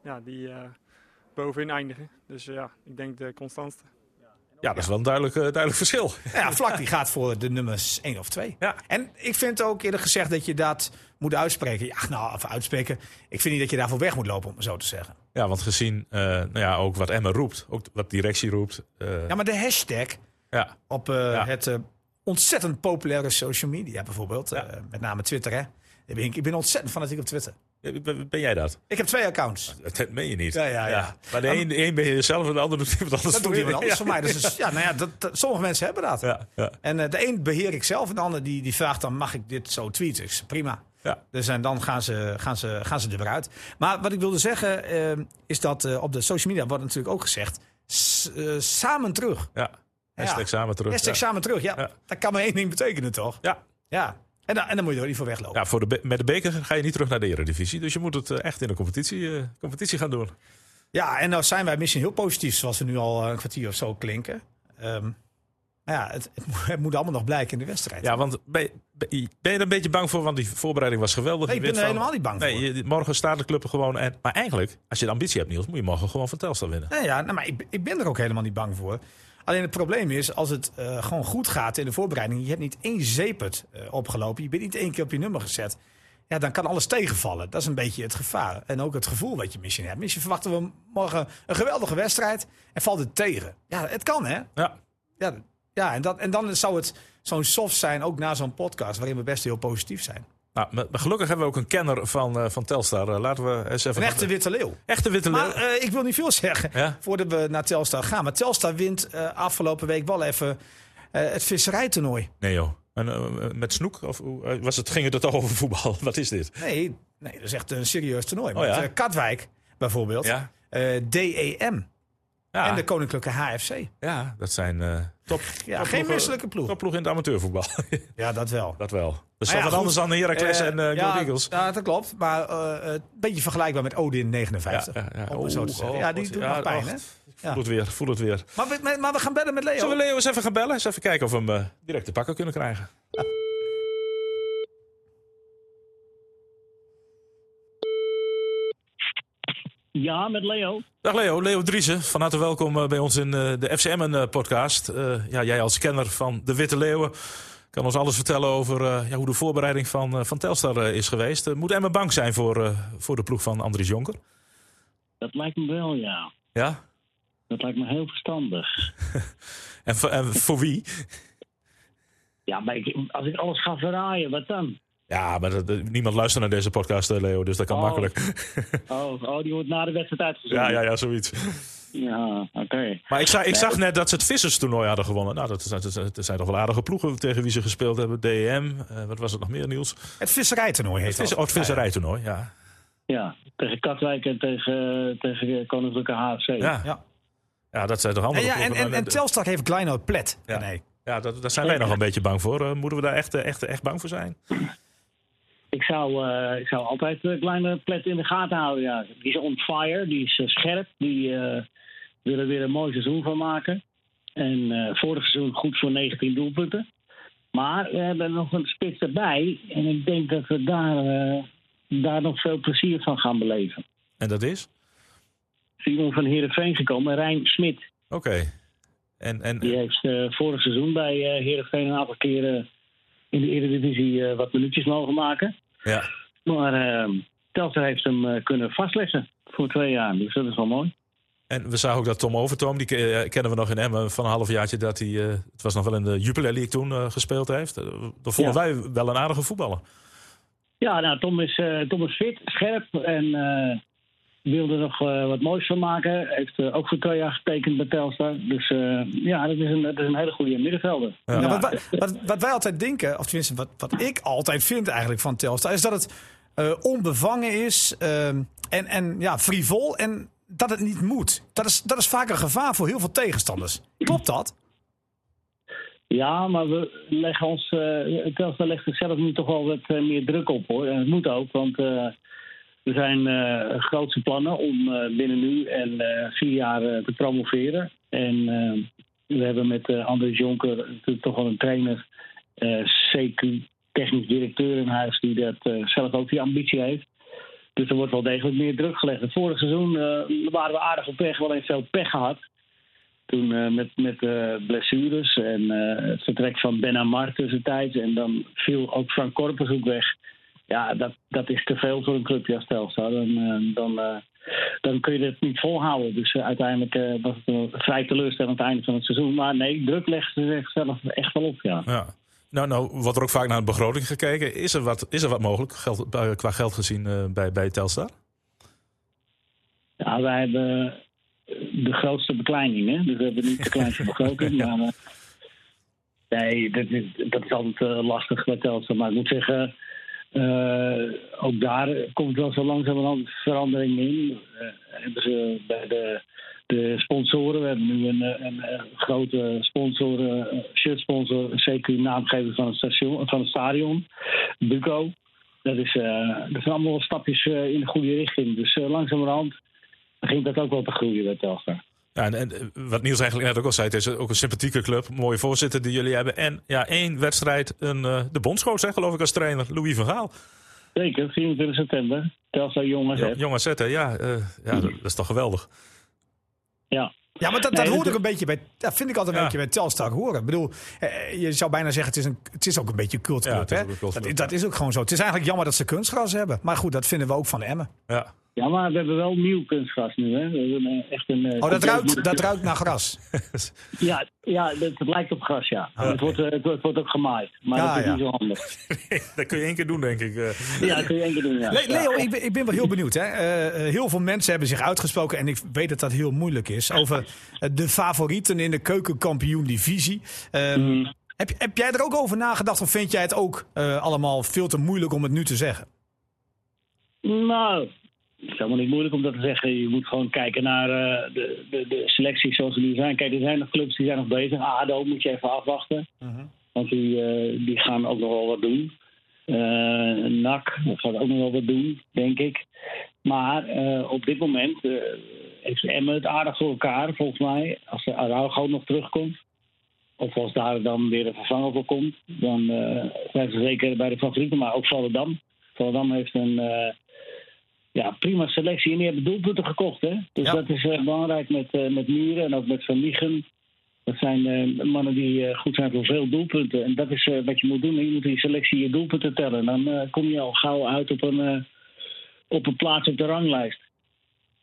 Speaker 5: ja, die eh, bovenin eindigen. Dus eh, ja, ik denk de constantste.
Speaker 2: Ja, dat is wel een duidelijk, eh, duidelijk verschil.
Speaker 1: Ja, Vlak die gaat voor de nummers 1 of 2.
Speaker 2: Ja.
Speaker 1: En ik vind ook eerlijk gezegd dat je dat moet uitspreken. Ja, nou, of uitspreken. Ik vind niet dat je daarvoor weg moet lopen, om het zo te zeggen.
Speaker 2: Ja, want gezien eh, nou ja, ook wat Emma roept, ook wat directie roept. eh,
Speaker 1: Ja, maar de hashtag
Speaker 2: ja.
Speaker 1: op eh,
Speaker 2: Ja.
Speaker 1: het eh, ontzettend populaire social media bijvoorbeeld.
Speaker 2: Ja.
Speaker 1: eh, met name Twitter, hè. Ik ben, ik ben ontzettend fanatiek op Twitter.
Speaker 2: Ben ben jij dat?
Speaker 1: Ik heb twee accounts.
Speaker 2: Dat meen je niet.
Speaker 1: Ja, ja, ja.
Speaker 2: Maar de een, de een ben je zelf en de ander doet iemand anders.
Speaker 1: Dat
Speaker 2: voor
Speaker 1: doet
Speaker 2: je.
Speaker 1: iemand anders
Speaker 2: Ja.
Speaker 1: voor mij. Dus is- ja, nou ja, dat, dat- sommige mensen hebben dat.
Speaker 2: Ja, ja.
Speaker 1: En eh, de een beheer ik zelf en de ander die, die vraagt dan mag ik dit zo tweeten. Ik zeg, prima.
Speaker 2: Ja.
Speaker 1: Dus en dan gaan ze, gaan, ze, gaan ze er weer uit. Maar wat ik wilde zeggen eh, is dat eh, op de social media wordt natuurlijk ook gezegd... s- eh, samen terug.
Speaker 2: ja. Hashtag
Speaker 1: Ja.
Speaker 2: samen terug.
Speaker 1: Hashtag samen terug. Ja,
Speaker 2: Ja.
Speaker 1: dat kan maar één ding betekenen toch?
Speaker 2: Ja.
Speaker 1: ja. En, dan, en dan moet je er niet voor weglopen.
Speaker 2: Ja, voor de be- met de beker ga je niet terug naar de eredivisie. Dus je moet het eh, echt in de competitie, eh, competitie gaan doen.
Speaker 1: Ja, en nou zijn wij misschien heel positief, zoals we nu al eh, een kwartier of zo klinken. Ehm, maar ja, het, het moet- het moet allemaal nog blijken in de wedstrijd.
Speaker 2: Ja, want ben je, ben je er een beetje bang voor? Want die voorbereiding was geweldig.
Speaker 1: Nee, ik
Speaker 2: Je
Speaker 1: ben er
Speaker 2: wint van-
Speaker 1: helemaal niet bang voor.
Speaker 2: Nee, je- morgen staat de club er gewoon. En, maar eigenlijk, als je de ambitie hebt, Niels, moet je morgen gewoon van Telstar winnen.
Speaker 1: Nou ja, nou, maar ik, ik ben er ook helemaal niet bang voor. Alleen het probleem is, als het eh, gewoon goed gaat in de voorbereiding... je hebt niet één zeepert eh, opgelopen, je bent niet één keer op je nummer gezet... ja, dan kan alles tegenvallen. Dat is een beetje het gevaar. En ook het gevoel wat je misschien hebt. Misschien verwachten we morgen een geweldige wedstrijd en valt het tegen. Ja, het kan hè.
Speaker 2: Ja,
Speaker 1: Ja, d- ja en, dat, en dan zou het zo'n soft zijn, ook na zo'n podcast... waarin we best heel positief zijn.
Speaker 2: nou, maar, maar gelukkig hebben we ook een kenner van, eh, van Telstar. Eh, laten we eens even.
Speaker 1: Een echte witte leeuw.
Speaker 2: echte witte leeuw.
Speaker 1: Maar eh, ik wil niet veel zeggen
Speaker 2: Ja.
Speaker 1: voordat we naar Telstar gaan. Maar Telstar wint eh, afgelopen week wel even eh, het visserijtoernooi.
Speaker 2: Nee, joh. En, eh, met snoek? Of, hoe- eh, was het, ging het toch over voetbal? Wat is dit?
Speaker 1: Nee, nee, dat is echt een serieus toernooi.
Speaker 2: Oh,
Speaker 1: Met
Speaker 2: ja?
Speaker 1: eh, Katwijk bijvoorbeeld,
Speaker 2: Ja. Ah.
Speaker 1: Eh, DEM
Speaker 2: Ja,
Speaker 1: en de Koninklijke HFC.
Speaker 2: ja dat zijn eh top,
Speaker 1: Ja, geen
Speaker 2: topploegen-
Speaker 1: misselijke ploeg.
Speaker 2: topploegen in het amateurvoetbal.
Speaker 1: Ja, dat wel.
Speaker 2: dat wel. Dat is
Speaker 1: Maar
Speaker 2: toch
Speaker 1: ja,
Speaker 2: wat
Speaker 1: goed.
Speaker 2: anders dan Heracles
Speaker 1: Eh,
Speaker 2: en eh
Speaker 1: ja,
Speaker 2: Go Eagles.
Speaker 1: Ja, dat klopt. Maar eh, eh, een beetje vergelijkbaar met Odin 59.
Speaker 2: Ja, ja, ja.
Speaker 1: Om het zo te
Speaker 2: Oeh,
Speaker 1: zeggen.
Speaker 2: oh,
Speaker 1: ja, die
Speaker 2: God.
Speaker 1: doet
Speaker 2: Ja,
Speaker 1: nog pijn,
Speaker 2: och.
Speaker 1: hè?
Speaker 2: Voel
Speaker 1: Ja.
Speaker 2: het weer, voel het weer.
Speaker 1: Maar we, maar- maar we gaan bellen met Leo.
Speaker 2: Zullen we Leo eens even gaan bellen? Eens even kijken of we hem eh, direct te pakken kunnen krijgen.
Speaker 6: Ja, met Leo.
Speaker 2: Dag Leo, Leo Driessen. Van harte welkom eh, bij ons in eh, de FCM-podcast. ja, jij als kenner van de Witte Leeuwen kan ons alles vertellen over eh, ja, hoe de voorbereiding van, eh, van Telstar eh, is geweest. Eh, moet Emmen bang zijn voor, eh, voor de ploeg van Andries Jonker?
Speaker 6: Dat lijkt me wel, ja.
Speaker 2: Ja?
Speaker 6: Dat lijkt me heel verstandig.
Speaker 2: En, voor- en voor wie?
Speaker 6: Ja, maar ik, als ik alles ga verraaien, wat dan?
Speaker 2: Ja, maar dat- dat- niemand luistert naar deze podcast, eh, Leo, dus dat kan
Speaker 6: Oh.
Speaker 2: makkelijk.
Speaker 6: Oh, oh, die wordt na de wedstrijd
Speaker 2: Ja,
Speaker 6: uitgezonden.
Speaker 2: ja, ja, zoiets.
Speaker 6: Ja, oké.
Speaker 2: Maar ik, zag- ik zag net dat ze het visserstoernooi hadden gewonnen. Nou, dat, zijn- dat zijn- dat zijn toch wel aardige ploegen tegen wie ze gespeeld hebben. DEM, eh, wat was het nog meer, Niels?
Speaker 1: Het visserijtoernooi heet
Speaker 2: Vis,
Speaker 1: dat.
Speaker 2: oh, het visserijtoernooi, ja.
Speaker 6: Ja, tegen Katwijk en tegen, tegen Koninklijke HFC.
Speaker 2: Ja, ja.
Speaker 1: Ja.
Speaker 2: dat zijn toch
Speaker 1: En,
Speaker 2: andere
Speaker 1: ja, en,
Speaker 2: ploegen.
Speaker 1: en, en
Speaker 2: Maar-
Speaker 1: Telstar heeft Kleinoud Plet.
Speaker 2: Ja.
Speaker 1: Nee.
Speaker 2: Ja, dat- daar zijn wij nog een beetje bang voor. Eh, moeten we daar echt, eh, echt, echt bang voor zijn?
Speaker 6: Ik, zou, eh, ik zou altijd een kleine plet in de gaten houden, ja. Die is on fire, die is eh, scherp. Die eh wil er weer een mooi seizoen van maken. En eh, vorig seizoen goed voor 19 doelpunten. Maar we hebben nog een spits erbij. En ik denk dat we daar, eh, daar nog veel plezier van gaan beleven.
Speaker 2: En dat is?
Speaker 6: Simon van Heerenveen gekomen. Rijn Smit.
Speaker 2: Oké. En, en,
Speaker 6: Die heeft eh, vorig seizoen bij eh Heerenveen een aantal keren in de Eredivisie eh, wat minuutjes mogen maken.
Speaker 2: ja.
Speaker 6: Maar ehm Telstra heeft hem eh, kunnen vastleggen voor twee jaar. Dus dat is wel mooi.
Speaker 2: en we zagen ook dat Tom Overtoom, die ke- eh, kennen we nog in Emmen van een halfjaartje, dat hij, eh, het was nog wel in de Jupiler League toen, eh, gespeeld heeft. Eh, Dat vonden
Speaker 6: Ja.
Speaker 2: wij wel een aardige voetballer.
Speaker 6: Ja, nou, Tom is, eh, Tom is fit, scherp en eh, wilde er nog eh, wat moois van maken. Heeft eh, ook voor twee jaar getekend bij Telstar. Dus eh, ja, dat is, een, dat is een hele goede middenvelder. Ja.
Speaker 1: Nou, wat, wij- wat, wat wij altijd denken, of tenminste wat, wat ik altijd vind eigenlijk van Telstar, is dat het eh, onbevangen is ehm, en, en ja, frivol en dat het niet moet. Dat is, dat is vaak een gevaar voor heel veel tegenstanders. Klopt dat?
Speaker 6: Ja, maar we leggen ons, eh Telstar legt zichzelf nu toch wel wat eh, meer druk op hoor. En het moet ook, want eh, er zijn eh, grootse plannen om eh, binnen nu en eh, vier jaar eh, te promoveren. En eh, we hebben met eh, Andries Jonker natuurlijk toch wel een trainer, eh, CQ, technisch directeur in huis, die dat eh, zelf ook die ambitie heeft. Dus er wordt wel degelijk meer druk gelegd. Het vorige seizoen eh, waren we aardig op weg, wel even veel pech gehad. Toen eh, met, met eh, blessures en eh, het vertrek van Ben Amar tussentijds. En dan viel ook Frank Korpers ook weg. Ja, dat, dat is te veel voor een clubje als Telstar. Dan, eh, dan, eh, dan kun je het niet volhouden. Dus eh, uiteindelijk eh, was het een vrij teleurstellend einde van het seizoen. Maar nee, druk legt ze zichzelf echt wel op, ja.
Speaker 2: Ja. Nou, nou, wordt er ook vaak naar de begroting gekeken. Is er wat, is er wat mogelijk geld, eh, qua geld gezien eh, bij, bij Telstar?
Speaker 6: Ja, wij hebben eh, de grootste bekleining, hè? Dus we hebben niet de kleinste begroting, maar... eh, nee, dat is, dat is altijd eh, lastig bij Telstra. Maar ik moet zeggen, eh, ook daar komt wel zo langzamerhand verandering in. Eh, hebben ze bij de, de sponsoren, we hebben nu een, eh, een, eh, grote sponsor, eh, shirtsponsor, CQ naamgever van het, station, van het stadion, Buco. Dat, is, eh, dat zijn allemaal stapjes eh, in de goede richting. Dus eh, langzamerhand begint dat ook wel te groeien bij Telstar.
Speaker 2: Ja, en, en, eh, wat Niels eigenlijk net ook al zei, het is ook een sympathieke club. Mooie voorzitter die jullie hebben. En ja, één wedstrijd, een, eh, de bondscoach hè, geloof ik als trainer, Louis van Gaal.
Speaker 6: Zeker, 24 september. Telstar jongens.
Speaker 2: Ja,
Speaker 6: Ja,
Speaker 2: Jong AZ, hè, ja, eh, ja dat, dat is toch geweldig.
Speaker 6: ja.
Speaker 1: Ja, maar dat, dat
Speaker 6: Nee,
Speaker 1: hoort
Speaker 6: dat-
Speaker 1: ook een beetje bij. Dat vind ik altijd een
Speaker 2: Ja.
Speaker 1: beetje bij Telstar horen. Ik bedoel, eh, je zou bijna zeggen, het is, een, het is ook een beetje een
Speaker 2: Ja,
Speaker 1: cultclub.
Speaker 2: het is
Speaker 1: hè?
Speaker 2: ook een cultclub,
Speaker 1: dat,
Speaker 2: ja.
Speaker 1: dat is ook gewoon zo. Het is eigenlijk jammer dat ze kunstgras hebben. Maar goed, dat vinden we ook van Emmen.
Speaker 2: Ja.
Speaker 6: Ja, maar we hebben wel nieuw kunstgras nu. Hè. We hebben eh, echt een, eh,
Speaker 1: Oh, dat
Speaker 6: compleet nieuw-
Speaker 1: ruikt, dat ruikt naar gras.
Speaker 6: Ja, ja dat, dat lijkt op gras, ja. het, wordt, eh, het wordt- wordt ook gemaaid. Maar
Speaker 1: Ah, Ja,
Speaker 6: dat is
Speaker 1: ja.
Speaker 6: niet zo handig.
Speaker 2: dat kun je één keer doen, denk ik. eh.
Speaker 6: Ja, dat kun je één keer doen, ja.
Speaker 1: Le-
Speaker 6: Ja.
Speaker 1: Leo, ik ben, ik ben wel heel benieuwd. Hè. Eh, eh, heel veel mensen hebben zich uitgesproken, en ik weet dat dat heel moeilijk is, over eh, de favorieten in de keukenkampioen-divisie. Ehm, heb, heb jij er ook over nagedacht of vind jij het ook eh, allemaal veel te moeilijk om het nu te zeggen?
Speaker 6: Nou, het is helemaal niet moeilijk om dat te zeggen. Je moet gewoon kijken naar eh, de, de, de selecties zoals ze nu zijn. Kijk, er zijn nog clubs die zijn nog bezig. ADO moet je even afwachten. Want die, eh, die gaan ook nog wel wat doen. Eh NAC gaat ook nog wel wat doen, denk ik. Maar eh, op dit moment eh, heeft Emmen het aardig voor elkaar, volgens mij. Als de Araujo nog terugkomt. Of als daar dan weer een vervanger voor komt. Dan eh, zijn ze zeker bij de favorieten. Maar ook Volendam. Volendam heeft een... eh, ja, prima selectie. En die hebben doelpunten gekocht, hè? Dus
Speaker 1: Ja.
Speaker 6: dat is erg belangrijk met, eh, met Muren en ook met Van Liegen. Dat zijn eh, mannen die eh, goed zijn voor veel doelpunten. En dat is eh, wat je moet doen. Je moet in selectie je doelpunten tellen. Dan eh, kom je al gauw uit op een, eh, op een plaats op de ranglijst.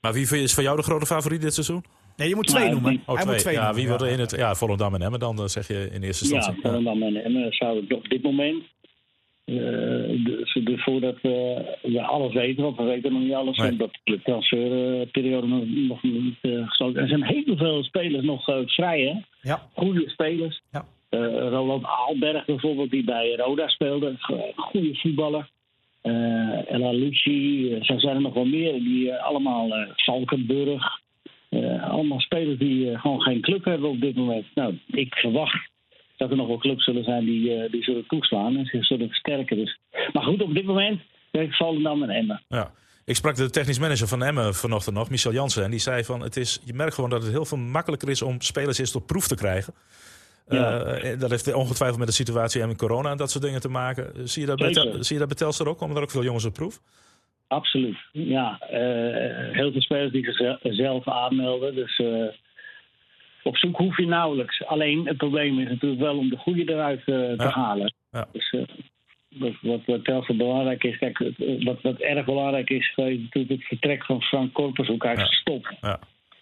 Speaker 2: Maar wie vind je- is voor jou de grote favoriet dit seizoen?
Speaker 1: Nee, je moet twee
Speaker 6: Nou, ik
Speaker 1: noemen.
Speaker 6: denk-
Speaker 2: Oh,
Speaker 1: Hij
Speaker 2: twee.
Speaker 1: moet twee
Speaker 2: ja,
Speaker 1: noemen,
Speaker 2: wie wordt er in het... Ja, Volendam en Emmen dan, eh, zeg je in eerste
Speaker 6: Ja,
Speaker 2: instantie. Ja.
Speaker 6: Volendam en Emmen zouden op dit moment... eh, dus, dus voordat eh, we alles weten, want we weten nog niet alles,
Speaker 2: Nee.
Speaker 6: omdat de transferperiode nog, nog niet eh, gesloten is. Er zijn heel veel spelers nog eh, vrij, hè?
Speaker 1: Ja.
Speaker 6: goede spelers.
Speaker 1: Ja.
Speaker 6: Eh, Roland Aalberg bijvoorbeeld, die bij Roda speelde. Go- Goede voetballer. Eh El Alucci, eh, zo zijn er nog wel meer. Die eh, allemaal, eh Valkenburg. Eh, allemaal spelers die eh, gewoon geen club hebben op dit moment. Nou, ik verwacht dat er nog wel clubs zullen zijn die, eh, die zullen toeslaan en zich zullen versterken. Dus. Maar goed, op dit moment werkt Volendam en Emmen.
Speaker 2: Ja. Ik sprak de technisch manager van Emmen vanochtend nog, Michel Jansen. En die zei van, het is, je merkt gewoon dat het heel veel makkelijker is om spelers eerst op proef te krijgen.
Speaker 6: Ja.
Speaker 2: Eh, en dat heeft ongetwijfeld met de situatie en met corona en dat soort dingen te maken. Eh, Zie je dat, bij,
Speaker 6: Zeker.
Speaker 2: Tel- zie je dat bij Telstar ook? Komen er ook veel jongens op proef?
Speaker 6: Absoluut. Ja, eh, heel veel spelers die zichzelf aanmelden. Dus eh, op zoek hoef je nauwelijks. Alleen het probleem is natuurlijk wel om de goede eruit eh, te
Speaker 2: Ja.
Speaker 6: halen.
Speaker 2: Ja.
Speaker 6: Dus eh, wat, wat, wat Telstra belangrijk is, kijk, het- wat, wat erg belangrijk is, is natuurlijk het vertrek van Frank Korpers elkaar
Speaker 2: Ja.
Speaker 6: gestopt.
Speaker 2: Ja.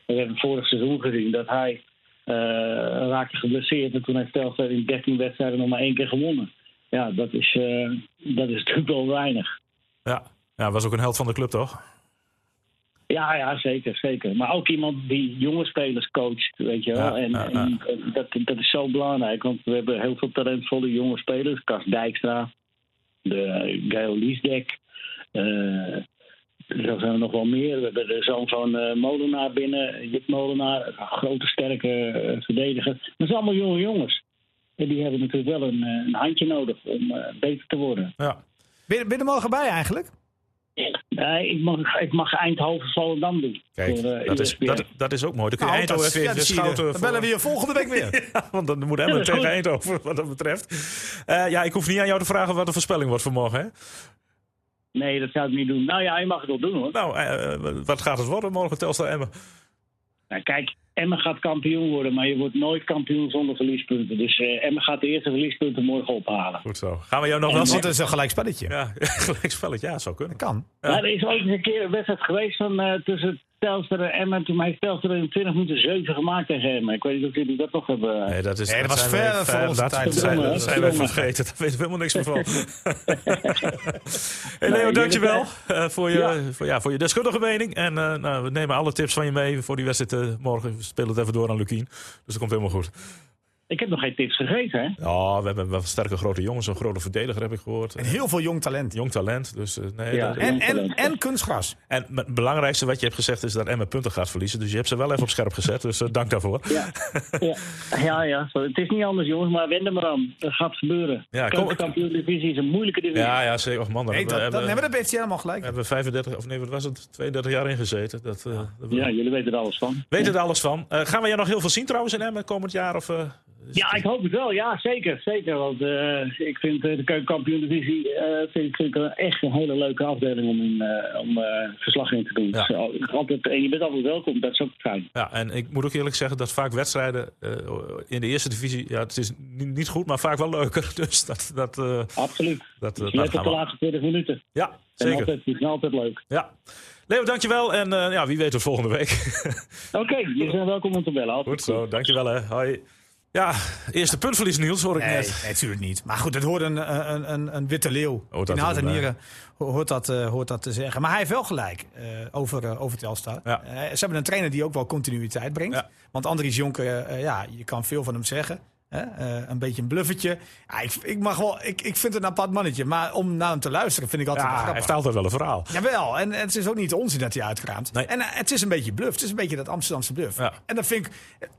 Speaker 6: We hebben vorig seizoen gezien dat hij eh, raakte geblesseerd. En toen heeft Telstra in 13 wedstrijden nog maar één keer gewonnen. Ja, dat is, eh, dat is natuurlijk wel weinig.
Speaker 2: Ja. ja, was ook een held van de club toch?
Speaker 6: Ja, ja, zeker, zeker. Maar ook iemand die jonge spelers coacht, weet je wel.
Speaker 2: Ja,
Speaker 6: en
Speaker 2: ja, ja.
Speaker 6: en eh, dat, dat is zo belangrijk, want we hebben heel veel talentvolle jonge spelers. Kas Dijkstra, de eh, Gael Liesdek. eh, zo zijn er nog wel meer. We hebben de zoon van eh, Molenaar binnen, Jip Molenaar. een grote, sterke eh, verdediger. Maar het zijn allemaal jonge jongens. En die hebben natuurlijk wel een, eh, een handje nodig om eh, beter te worden.
Speaker 2: Ja.
Speaker 1: Ben je, ben je er morgen bij eigenlijk?
Speaker 6: Nee, ik mag, ik mag Eindhoven Volendam doen.
Speaker 2: Kijk,
Speaker 6: Voor, eh,
Speaker 2: dat, is,
Speaker 6: ESPN.
Speaker 2: dat, dat is ook mooi. Dan kun je
Speaker 1: Nou, dat
Speaker 2: Eindhoven
Speaker 1: is-
Speaker 2: even
Speaker 1: ja,
Speaker 2: even
Speaker 1: dat zie je.
Speaker 2: schouten.
Speaker 1: Dan
Speaker 2: voor-
Speaker 1: bellen we je volgende week weer.
Speaker 2: Ja, want dan moet
Speaker 6: Ja,
Speaker 2: Emmen
Speaker 6: dat is
Speaker 2: tegen
Speaker 6: goed.
Speaker 2: Eindhoven, wat dat betreft. Eh, ja, ik hoef niet aan jou te vragen wat de voorspelling wordt voor morgen. Hè?
Speaker 6: Nee, dat zou ik niet doen. Nou ja, je mag het wel doen hoor.
Speaker 2: Nou, eh, wat gaat het worden morgen, Telstar Emmen?
Speaker 6: Nou, kijk, Emmen gaat kampioen worden, maar je wordt nooit kampioen zonder verliespunten. Dus eh Emmen gaat de eerste verliespunten morgen ophalen.
Speaker 2: Goed zo. Gaan we jou nog wel
Speaker 6: En
Speaker 2: zien?
Speaker 1: Want het is een gelijk spelletje.
Speaker 2: Ja, gelijk spelletje. Ja, zou kunnen.
Speaker 1: Kan.
Speaker 2: Ja.
Speaker 6: Maar er is ooit eens een keer een wedstrijd geweest van, eh, tussen Telstra en Emmen. Toen heeft Telstra in 20 minuten 7 gemaakt tegen Emmen. Ik weet niet of jullie dat nog hebben.
Speaker 2: Nee, dat, is,
Speaker 1: Nee, dat was
Speaker 2: zijn
Speaker 1: ver
Speaker 2: we-
Speaker 1: voor
Speaker 2: ver-
Speaker 1: onze
Speaker 2: dat
Speaker 1: tijd.
Speaker 2: Zijn,
Speaker 6: Verdomme,
Speaker 2: dat zijn wij
Speaker 6: verdomme.
Speaker 2: vergeten. Daar weten we helemaal niks meer van. hey
Speaker 6: Nee,
Speaker 2: Leo,
Speaker 6: ik denk
Speaker 2: dankjewel
Speaker 6: het
Speaker 2: eh, voor, je,
Speaker 6: Ja.
Speaker 2: Voor, ja, voor je deskundige mening. En eh, nou, we nemen alle tips van je mee voor die wedstrijd eh, morgen. We spelen het even door aan Lukien. Dus dat komt helemaal goed.
Speaker 6: Ik heb nog geen tips gegeven, hè?
Speaker 2: Ja, we hebben wel sterke grote jongens. Een grote verdediger heb ik gehoord.
Speaker 1: En heel veel jong talent.
Speaker 2: Jong talent. Dus, eh, nee,
Speaker 6: Ja.
Speaker 2: dat- en,
Speaker 1: En, en, en kunstgras.
Speaker 2: m- het belangrijkste wat je hebt gezegd is dat Emma punten gaat verliezen. Dus je hebt ze wel even op scherp gezet. Dus eh, dank daarvoor.
Speaker 6: Ja, ja. ja, ja sorry. het is niet anders, jongens, maar wend er maar aan. Dat gaat gebeuren.
Speaker 2: Ja, kom-
Speaker 6: Keukenkampioen divisie is een moeilijke divisie.
Speaker 2: Ja, ja, zeker. Och man, daar
Speaker 1: Nee,
Speaker 2: hebben we-
Speaker 1: dat, dat, nee,
Speaker 2: hebben
Speaker 1: maar dat
Speaker 2: we-
Speaker 1: heeft hij helemaal gelijk.
Speaker 2: hebben we 35, of nee, wat was het? 32 jaar in gezeten. Dat, eh, dat we-
Speaker 6: Ja, jullie weten er alles van.
Speaker 2: Weet het alles van. Eh, gaan we jou nog heel veel zien trouwens in Emmen komend jaar? Of, eh, is
Speaker 6: Ja,
Speaker 2: het-
Speaker 6: ik hoop het wel. Ja, zeker. zeker want eh, ik vind eh, de keukenkampioen-divisie eh, vind, ik- vind ik een- echt een hele leuke afdeling om, in, eh, om eh, verslag in te doen.
Speaker 2: Ja.
Speaker 6: Dus, eh, altijd, en je bent altijd welkom, dat is ook fijn.
Speaker 2: ja, en ik moet ook eerlijk zeggen dat vaak wedstrijden eh, in de eerste divisie, ja, het is ni- niet goed, maar vaak wel leuker. Dus dat, dat, eh,
Speaker 6: Absoluut.
Speaker 2: dat, eh,
Speaker 6: Dus
Speaker 2: dat
Speaker 6: Let op
Speaker 2: gaan
Speaker 6: de
Speaker 2: we.
Speaker 6: laatste 20 minuten.
Speaker 2: Ja,
Speaker 6: En
Speaker 2: zeker.
Speaker 6: altijd, die zijn altijd leuk.
Speaker 2: Ja. Leo, dankjewel. En eh, ja, wie weet tot volgende week.
Speaker 6: Oké, jullie zijn welkom om te bellen. Altijd
Speaker 2: Goed zo, dankjewel hè. Hoi. Ja, eerste puntverlies Niels, hoor ik
Speaker 1: Nee,
Speaker 2: net.
Speaker 1: nee, natuurlijk niet. Maar goed, het hoort een, eh, een, een, een witte leeuw.
Speaker 2: Hoort dat
Speaker 1: in hart en
Speaker 2: erbij.
Speaker 1: nieren ho- hoort dat, eh, hoort dat te zeggen. Maar hij heeft wel gelijk eh, over, eh, over Telstar.
Speaker 2: Ja.
Speaker 1: Eh, ze hebben een trainer die ook wel continuïteit brengt.
Speaker 2: Ja.
Speaker 1: Want Andries Jonker, eh, eh, ja, je kan veel van hem zeggen. Hè? Eh, een beetje een bluffertje. Ja, ik, ik, mag wel, ik, ik vind het een apart mannetje. Maar om naar hem te luisteren vind ik altijd wel
Speaker 2: Ja, hij
Speaker 1: grappig.
Speaker 2: heeft altijd wel een verhaal.
Speaker 1: Jawel, en het is ook niet onzin dat hij uitkraamt.
Speaker 2: Nee.
Speaker 1: En eh, het is een beetje bluff. Het is een beetje dat Amsterdamse bluff.
Speaker 2: Ja.
Speaker 1: En dat vind ik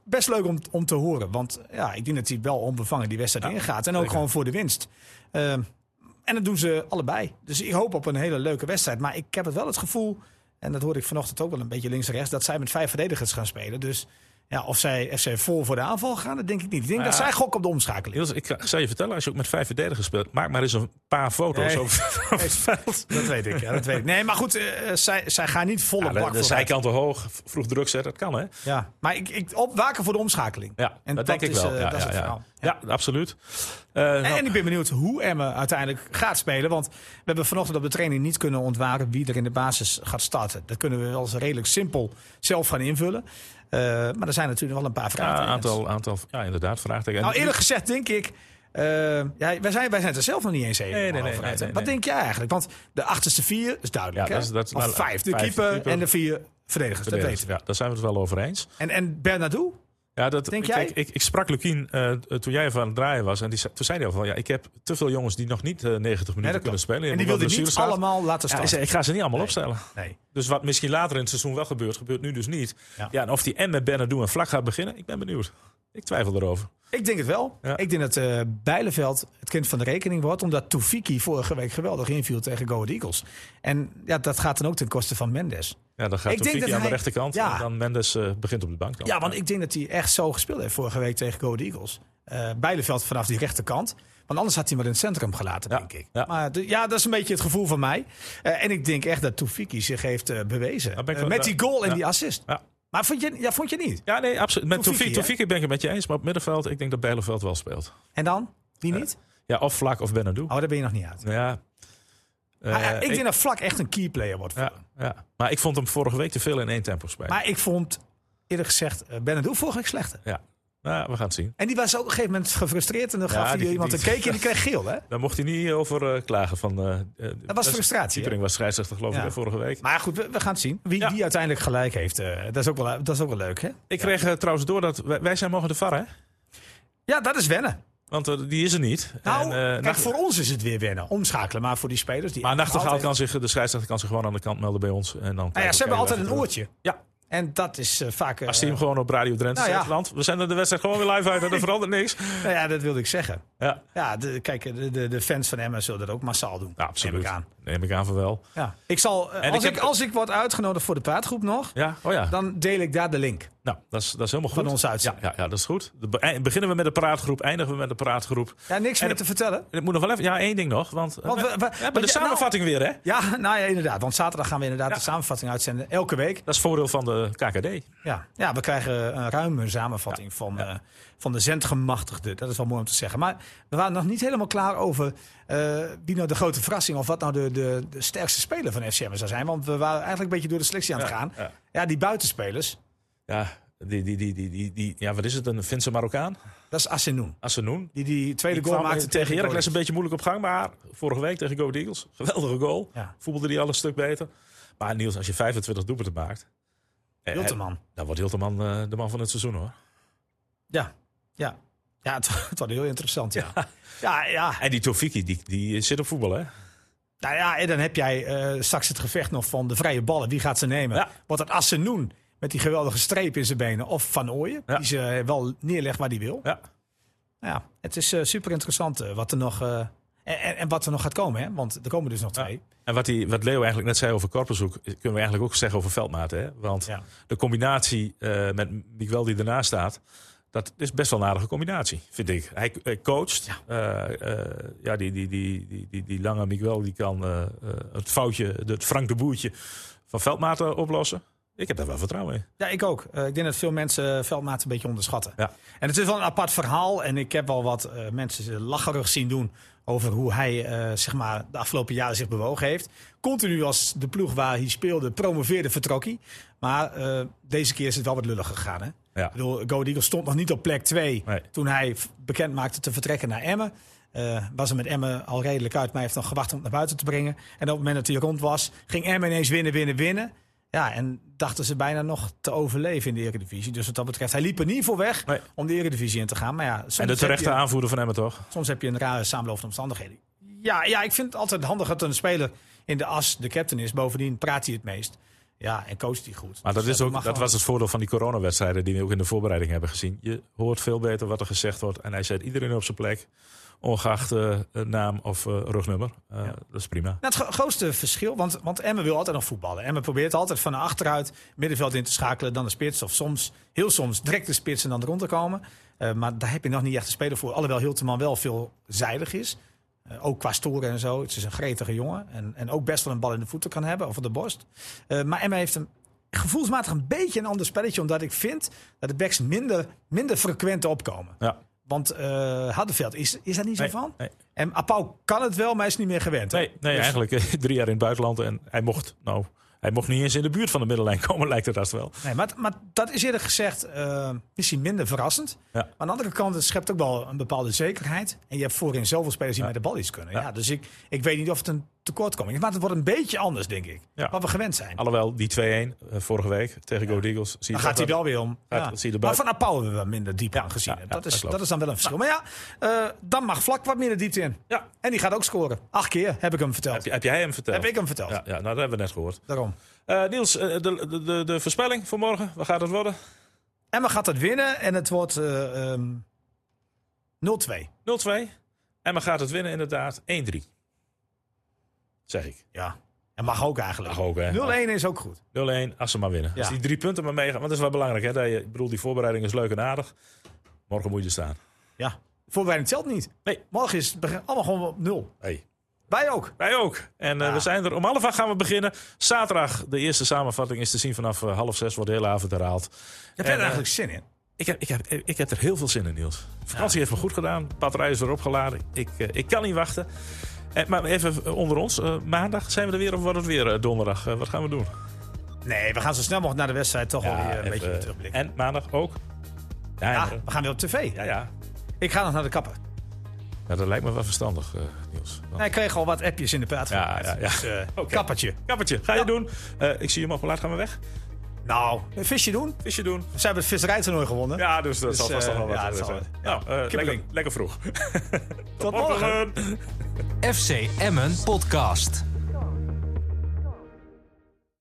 Speaker 1: best leuk om, om te horen. Want ja, ik denk dat hij wel onbevangen die wedstrijd ingaat. En ook gewoon voor de winst. Ehm, en dat doen ze allebei. Dus ik hoop op een hele leuke wedstrijd. Maar ik heb het wel het gevoel, en dat hoorde ik vanochtend ook wel een beetje links en rechts, dat zij met vijf verdedigers gaan spelen. Dus ja, of zij FC vol voor de aanval gaan, dat denk ik niet. Ik denk dat zij gokken op de omschakeling.
Speaker 2: Niels, ik zou je vertellen, als je ook met vijf verdedigers speelt, maak maar eens een paar foto's
Speaker 1: Nee.
Speaker 2: over van het veld.
Speaker 1: Dat weet ik, ja, dat weet ik. Nee, maar goed, eh, eh, zij, zij gaan niet volle
Speaker 2: Ja,
Speaker 1: bak
Speaker 2: de, de
Speaker 1: vooruit.
Speaker 2: zijkanten hoog, v- vroeg druk zetten, dat kan hè?
Speaker 1: Ja, maar ik, ik op, waken voor de omschakeling.
Speaker 2: Ja,
Speaker 1: En
Speaker 2: dat,
Speaker 1: dat
Speaker 2: denk ik
Speaker 1: is,
Speaker 2: wel.
Speaker 1: eh,
Speaker 2: ja,
Speaker 1: dat is
Speaker 2: ja,
Speaker 1: het
Speaker 2: ja.
Speaker 1: verhaal.
Speaker 2: Ja, absoluut. Eh, nou,
Speaker 1: En, en ik ben benieuwd hoe Emmen uiteindelijk gaat spelen. Want we hebben vanochtend op de training niet kunnen ontwaren wie er in de basis gaat starten. Dat kunnen we wel eens redelijk simpel zelf gaan invullen. Eh, maar er zijn natuurlijk wel een paar
Speaker 2: ja,
Speaker 1: vragen.
Speaker 2: een aantal, aantal, ja, inderdaad, vraagtekens.
Speaker 1: Nou,
Speaker 2: En-
Speaker 1: eerlijk gezegd denk ik. eh, ja, wij, zijn, wij zijn het er zelf nog niet eens helemaal
Speaker 2: Nee, nee, nee,
Speaker 1: over uit.
Speaker 2: nee, nee,
Speaker 1: Wat
Speaker 2: nee.
Speaker 1: denk jij eigenlijk? Want de achterste vier is duidelijk.
Speaker 2: Ja,
Speaker 1: hè?
Speaker 2: dat is- dat is
Speaker 1: Of
Speaker 2: wel-
Speaker 1: vijf. De
Speaker 2: vijf, de
Speaker 1: keeper,
Speaker 2: keeper.
Speaker 1: en de vier verdedigers. Dat
Speaker 2: verdedigers,
Speaker 1: weten we.
Speaker 2: ja, daar zijn we het wel over eens.
Speaker 1: En, en Bernardo?
Speaker 2: Ja, dat,
Speaker 1: Denk
Speaker 2: kijk,
Speaker 1: jij?
Speaker 2: Ik, ik sprak Lukien eh, toen jij even aan het draaien was. En die, zei- toen zei hij al van, ja, ik heb te veel jongens die nog niet eh, 90
Speaker 1: Nee,
Speaker 2: minuten
Speaker 1: dat
Speaker 2: kunnen
Speaker 1: klopt.
Speaker 2: spelen. Je
Speaker 1: En die
Speaker 2: moet
Speaker 1: wilde
Speaker 2: wel
Speaker 1: niet
Speaker 2: blessurestraat.
Speaker 1: allemaal laten
Speaker 2: Ja, hij
Speaker 1: starten.
Speaker 2: zei, ik ga ze niet allemaal opstellen.
Speaker 1: nee.
Speaker 2: Dus wat misschien later in het seizoen wel gebeurt, gebeurt nu dus niet. Ja,
Speaker 1: Ja.
Speaker 2: en of die en met Bernardo en Vlak gaat beginnen, ik ben benieuwd. Ik twijfel erover.
Speaker 1: Ik denk het wel.
Speaker 2: Ja.
Speaker 1: Ik denk dat eh Bijleveld het kind van de rekening wordt. Omdat Toefiki vorige week geweldig inviel tegen Go Ahead Eagles. En ja, dat gaat dan ook ten koste van Mendes.
Speaker 2: Ja, dan gaat
Speaker 1: Ik denk
Speaker 2: Tofiki aan
Speaker 1: dat
Speaker 2: de
Speaker 1: hij-
Speaker 2: rechterkant
Speaker 1: Ja.
Speaker 2: en dan Mendes eh, begint op de bank. Dan.
Speaker 1: Ja, want ik denk dat hij echt zo gespeeld heeft vorige week tegen Go Ahead Eagles. Eh Bijleveld vanaf die rechterkant. Want anders had hij maar in het centrum gelaten,
Speaker 2: Ja,
Speaker 1: denk ik.
Speaker 2: ja.
Speaker 1: Maar de- ja, dat is een beetje het gevoel van mij. Eh, en ik denk echt dat Toefiki zich heeft eh, bewezen.
Speaker 2: Daar ben ik
Speaker 1: Eh,
Speaker 2: wel-
Speaker 1: met die goal en
Speaker 2: ja.
Speaker 1: die assist.
Speaker 2: Ja.
Speaker 1: Maar vond je, ja, vond je niet?
Speaker 2: Ja, nee, absoluut. Met
Speaker 1: Tofiki,
Speaker 2: Tofiki,
Speaker 1: hè?
Speaker 2: Tofiki ben ik het met je eens, maar op middenveld, ik denk dat Bijleveld wel speelt.
Speaker 1: En dan?
Speaker 2: Eh.
Speaker 1: Wie niet?
Speaker 2: Ja, of Vlak of Benadou.
Speaker 1: Oh, daar ben je nog niet uit.
Speaker 2: Ja. Eh,
Speaker 1: Ah, ja, ik denk dat Vlak echt een keyplayer wordt.
Speaker 2: ja, ja. Maar ik vond hem vorige week te veel in één tempo spelen.
Speaker 1: Maar ik vond, eerlijk gezegd, eh, Benadou vorige week slechter.
Speaker 2: Ja. Nou, we gaan het zien.
Speaker 1: En die was ook op een gegeven moment gefrustreerd. En dan gaf
Speaker 2: Ja,
Speaker 1: hij
Speaker 2: die-
Speaker 1: iemand
Speaker 2: die-
Speaker 1: een keekje en die kreeg geel, hè?
Speaker 2: Daar mocht hij niet over eh, klagen. Van, eh, eh,
Speaker 1: Dat was frustratie,
Speaker 2: Siepering was scheidsrechter, geloof ik,
Speaker 1: Ja.
Speaker 2: hè, vorige week.
Speaker 1: Maar goed, we, we gaan het zien. Wie,
Speaker 2: Ja.
Speaker 1: wie uiteindelijk gelijk heeft, eh, dat, is ook wel, dat is ook wel leuk, hè?
Speaker 2: Ik kreeg eh, trouwens door dat wij, wij zijn mogen de VAR, hè?
Speaker 1: Ja, dat is wennen.
Speaker 2: Want eh, die is er niet.
Speaker 1: Nou,
Speaker 2: En, eh,
Speaker 1: kijk,
Speaker 2: Nacht-
Speaker 1: voor ons is het weer wennen. Omschakelen, maar voor die spelers... Die
Speaker 2: maar Nachtegaal
Speaker 1: altijd-
Speaker 2: kan zich, de scheidsrechter kan zich gewoon aan de kant melden bij ons. En dan
Speaker 1: Nou ja,
Speaker 2: kijken
Speaker 1: ze hebben
Speaker 2: we
Speaker 1: altijd
Speaker 2: even
Speaker 1: een
Speaker 2: door.
Speaker 1: oortje.
Speaker 2: Ja.
Speaker 1: En dat is eh, vaak... eh,
Speaker 2: Als hij hem gewoon op Radio Drenthe
Speaker 1: Nou ja.
Speaker 2: zet, want we zenden de wedstrijd gewoon weer live uit en er verandert niks.
Speaker 1: nou ja, dat wilde ik zeggen.
Speaker 2: Ja,
Speaker 1: Ja, de, kijk, de, de, de fans van Emmen zullen dat ook massaal doen.
Speaker 2: nou, absoluut.
Speaker 1: Neem ik aan.
Speaker 2: Neem ik aan van wel.
Speaker 1: Ja. Ik zal, eh,
Speaker 2: En
Speaker 1: als,
Speaker 2: ik
Speaker 1: ik
Speaker 2: heb-
Speaker 1: als ik word uitgenodigd voor de praatgroep nog,
Speaker 2: Ja, oh ja.
Speaker 1: dan deel ik daar de link.
Speaker 2: Nou, dat is, dat is helemaal goed.
Speaker 1: Van ons
Speaker 2: ja,
Speaker 1: uitzending.
Speaker 2: ja, ja, dat is goed. De, be- ei- beginnen we met de praatgroep, eindigen we met de praatgroep.
Speaker 1: Ja, niks
Speaker 2: En
Speaker 1: meer
Speaker 2: de-
Speaker 1: te vertellen.
Speaker 2: En ik moet nog wel even... Ja, één ding nog, want... eh,
Speaker 1: Want
Speaker 2: we,
Speaker 1: we- we-
Speaker 2: we hebben
Speaker 1: want
Speaker 2: de
Speaker 1: ja, nou-
Speaker 2: samenvatting weer, hè?
Speaker 1: Ja, nou ja, inderdaad. Want zaterdag gaan we inderdaad
Speaker 2: Ja.
Speaker 1: de samenvatting uitzenden. Elke week.
Speaker 2: Dat is voordeel van de KKD.
Speaker 1: Ja, ja we krijgen eh, een ruime samenvatting van, eh, van de zendgemachtigden. Dat is wel mooi om te zeggen. Maar we waren nog niet helemaal klaar over eh, wie nou de grote verrassing... of wat nou de, de, de sterkste speler van FCM zou zijn. Want we waren eigenlijk een beetje door de selectie aan het
Speaker 2: Ja,
Speaker 1: gaan.
Speaker 2: ja.
Speaker 1: Ja, die buitenspelers,
Speaker 2: Ja, die, die, die, die, die, die- ja, wat is het? Een Finse Marokkaan?
Speaker 1: dat is Assenoen.
Speaker 2: Assenoun.
Speaker 1: Die die tweede
Speaker 2: Die
Speaker 1: goal
Speaker 2: kwam
Speaker 1: maakte
Speaker 2: tegen Heracles
Speaker 1: Heracles.
Speaker 2: een beetje moeilijk op gang. Maar vorige week tegen Go Ahead Eagles. Geweldige goal.
Speaker 1: Ja.
Speaker 2: Voetbalde die al een stuk beter. Maar Niels, als je 25 doelpunten maakt... eh,
Speaker 1: Hilterman.
Speaker 2: Dan wordt Hilterman eh, de man van het seizoen, hoor.
Speaker 1: Ja, ja. Ja, het, het was heel interessant. Ja, ja, ja.
Speaker 2: En die Tofiki, die, die zit op voetbal, hè?
Speaker 1: Nou ja, en dan heb jij eh, straks het gevecht nog van de vrije ballen. Wie gaat ze nemen?
Speaker 2: Ja.
Speaker 1: Wordt het Assenoen met die geweldige streep in zijn benen? Of Van Ooyen,
Speaker 2: Ja.
Speaker 1: die ze eh, wel neerlegt waar hij wil.
Speaker 2: Ja.
Speaker 1: Nou ja, het is eh, super interessant eh, wat er nog... eh, en, en- en wat er nog gaat komen, hè? Want er komen dus nog twee.
Speaker 2: En wat, die, wat Leo eigenlijk net zei over korpushoek, kunnen we eigenlijk ook zeggen over veldmaten. Hè? Want
Speaker 1: Ja.
Speaker 2: de combinatie eh, met Miguel die ernaast staat, dat is best wel een aardige combinatie, vind ik. Hij eh, coacht. Ja, ja die, die, die, die, die, die lange Miguel die kan eh, eh, het foutje, het Frank de Boertje van veldmaten oplossen. Ik heb daar wel vertrouwen in.
Speaker 1: Ja, ik ook. Eh, ik denk dat veel mensen Veldmaat een beetje onderschatten.
Speaker 2: Ja.
Speaker 1: En het is wel een apart verhaal. En ik heb al wat eh, mensen lacherig zien doen over hoe hij eh, zeg maar, de afgelopen jaren zich bewogen heeft. Continu als de ploeg waar hij speelde promoveerde vertrok hij. Maar eh, deze keer is het wel wat lullig gegaan. Hè?
Speaker 2: Ja.
Speaker 1: Ik bedoel, Go Ahead Eagles stond nog niet op plek 2
Speaker 2: Nee.
Speaker 1: toen hij f- bekend maakte te vertrekken naar Emmen. Eh, was er met Emmen al redelijk uit, maar hij heeft nog gewacht om het naar buiten te brengen. En op het moment dat hij rond was, ging Emmen ineens winnen, winnen, winnen. Ja, en dachten ze bijna nog te overleven in de Eredivisie. Dus wat dat betreft, hij liep er niet voor weg
Speaker 2: Nee.
Speaker 1: om de Eredivisie in te gaan. Maar ja, soms,
Speaker 2: En de terechte
Speaker 1: heb,
Speaker 2: aanvoerder van Emmen toch?
Speaker 1: je, soms heb je een rare samenloopende omstandigheden. Ja, ja, ik vind het altijd handig dat een speler in de as de captain is. Bovendien praat hij het meest. Ja, en coacht hij goed.
Speaker 2: Maar dat,
Speaker 1: Dus
Speaker 2: is ook,
Speaker 1: mag
Speaker 2: dat
Speaker 1: gewoon.
Speaker 2: was het voordeel van die coronawedstrijden die we ook in de voorbereiding hebben gezien. Je hoort veel beter wat er gezegd wordt. En hij zet iedereen op zijn plek, ongeacht eh, naam of eh, rugnummer. Eh, Dat is prima.
Speaker 1: Nou, het gro- grootste verschil, want, want Emmen wil altijd nog voetballen. Emmen probeert altijd van achteruit middenveld in te schakelen, dan de spits. Of soms, heel soms, direct de spits en dan rond te komen. Eh, maar daar heb je nog niet echt een speler voor. Alhoewel Hilteman wel veelzijdig is. Eh, ook qua storen en zo. Het is een gretige jongen. En, en ook best wel een bal in de voeten kan hebben of op de borst. Eh, maar Emmen heeft een gevoelsmatig een beetje een ander spelletje. Omdat ik vind dat de backs minder, minder frequent opkomen.
Speaker 2: Ja.
Speaker 1: Want eh Haddenveld is, is daar niet zo
Speaker 2: Nee,
Speaker 1: van.
Speaker 2: nee.
Speaker 1: En Apau kan het wel, maar hij is niet meer gewend. hè?
Speaker 2: Nee, nee
Speaker 1: Dus-
Speaker 2: eigenlijk eh, drie jaar in het buitenland. En hij mocht, nou, hij mocht niet eens in de buurt van de middellijn komen, lijkt het haast wel.
Speaker 1: Nee, maar, maar dat is eerlijk gezegd eh, misschien minder verrassend.
Speaker 2: Ja.
Speaker 1: Maar aan de andere kant, het schept ook wel een bepaalde zekerheid. En je hebt voorin zoveel spelers die met de bal iets kunnen. Ja. dus ik, ik weet niet of het een tekortkoming is. Maar het wordt een beetje anders, denk ik.
Speaker 2: Ja.
Speaker 1: Wat we gewend zijn.
Speaker 2: Alhoewel, die 2-1 eh, vorige week tegen Go Ahead Eagles. zie je
Speaker 1: Dan
Speaker 2: toch
Speaker 1: gaat hij
Speaker 2: dat-
Speaker 1: wel weer om.
Speaker 2: gaat-
Speaker 1: Ja.
Speaker 2: zie je de
Speaker 1: Maar
Speaker 2: buiten-
Speaker 1: van Apau hebben we wel minder diep aan gezien.
Speaker 2: ja, ja,
Speaker 1: dat,
Speaker 2: dat
Speaker 1: is,
Speaker 2: klopt.
Speaker 1: dat is dan wel een verschil. Maar ja, eh, dan mag Vlak wat minder diepte in.
Speaker 2: Ja.
Speaker 1: En die gaat ook scoren. Acht keer heb ik hem verteld.
Speaker 2: Heb,
Speaker 1: Heb,
Speaker 2: je- heb jij hem verteld?
Speaker 1: ik hem verteld.
Speaker 2: Ja, ja, nou, dat hebben we net gehoord.
Speaker 1: Daarom.
Speaker 2: Eh, Niels, eh, de, de, de, de voorspelling voor morgen, wat gaat het worden? 0-2.
Speaker 1: Emma gaat het winnen en het wordt eh, ehm, 0-2.
Speaker 2: Emma gaat het winnen, inderdaad. 1-3. Zeg ik.
Speaker 1: Ja, en mag ook eigenlijk.
Speaker 2: Mag ook, hè?
Speaker 1: 0-1 is ook goed.
Speaker 2: 0-1, als ze maar winnen.
Speaker 1: Ja.
Speaker 2: Als die drie punten maar meegaan. Want dat is wel belangrijk. Hè? Dat je, ik bedoel, die voorbereiding is leuk en aardig. Morgen moet je er staan.
Speaker 1: Ja. Voorbereiding telt niet.
Speaker 2: Nee.
Speaker 1: Morgen is het begin- allemaal gewoon op nul.
Speaker 2: Hey.
Speaker 1: Wij ook.
Speaker 2: Wij ook. En eh,
Speaker 1: Ja.
Speaker 2: we zijn er. Om half acht gaan we beginnen. Zaterdag, de eerste samenvatting is te zien vanaf eh, half zes. Wordt de hele avond herhaald.
Speaker 1: Heb
Speaker 2: En,
Speaker 1: jij er
Speaker 2: eh,
Speaker 1: eigenlijk zin in?
Speaker 2: ik, heb, ik, heb, ik heb er heel veel zin in, Niels. De vakantie heeft me goed gedaan. De batterij is weer opgeladen. Ik, eh, ik kan niet wachten. Eh, maar even eh, onder ons. eh, maandag zijn we er weer of wordt het weer eh, donderdag? Eh, wat gaan we doen?
Speaker 1: Nee, we gaan zo snel mogelijk naar de wedstrijd toch wel weer een
Speaker 2: even,
Speaker 1: beetje
Speaker 2: eh,
Speaker 1: terugblikken.
Speaker 2: En maandag ook. Ja,
Speaker 1: Ja,
Speaker 2: ja,
Speaker 1: we gaan weer op tv.
Speaker 2: ja, ja.
Speaker 1: Ik ga nog naar de kapper.
Speaker 2: Ja, dat lijkt me wel verstandig, eh, Niels. Want-
Speaker 1: Hij kreeg al wat appjes in de plaat.
Speaker 2: Ja, ja, ja.
Speaker 1: Dus, eh,
Speaker 2: Oké.
Speaker 1: Kappertje.
Speaker 2: Kappertje, ga je doen. Eh, ik zie hem al laat gaan we weg.
Speaker 1: Nou, een visje doen.
Speaker 2: Visje doen.
Speaker 1: Ze hebben het visserijtoernooi gewonnen.
Speaker 2: Ja, dus dat
Speaker 1: Dus,
Speaker 2: zal vast
Speaker 1: eh,
Speaker 2: nog wel wat
Speaker 1: ja, dat
Speaker 2: zijn.
Speaker 1: zal wel.
Speaker 2: Nou, eh, lekker,
Speaker 1: Kippeling.
Speaker 2: lekker vroeg.
Speaker 1: Tot morgen.
Speaker 3: FC Emmen Podcast.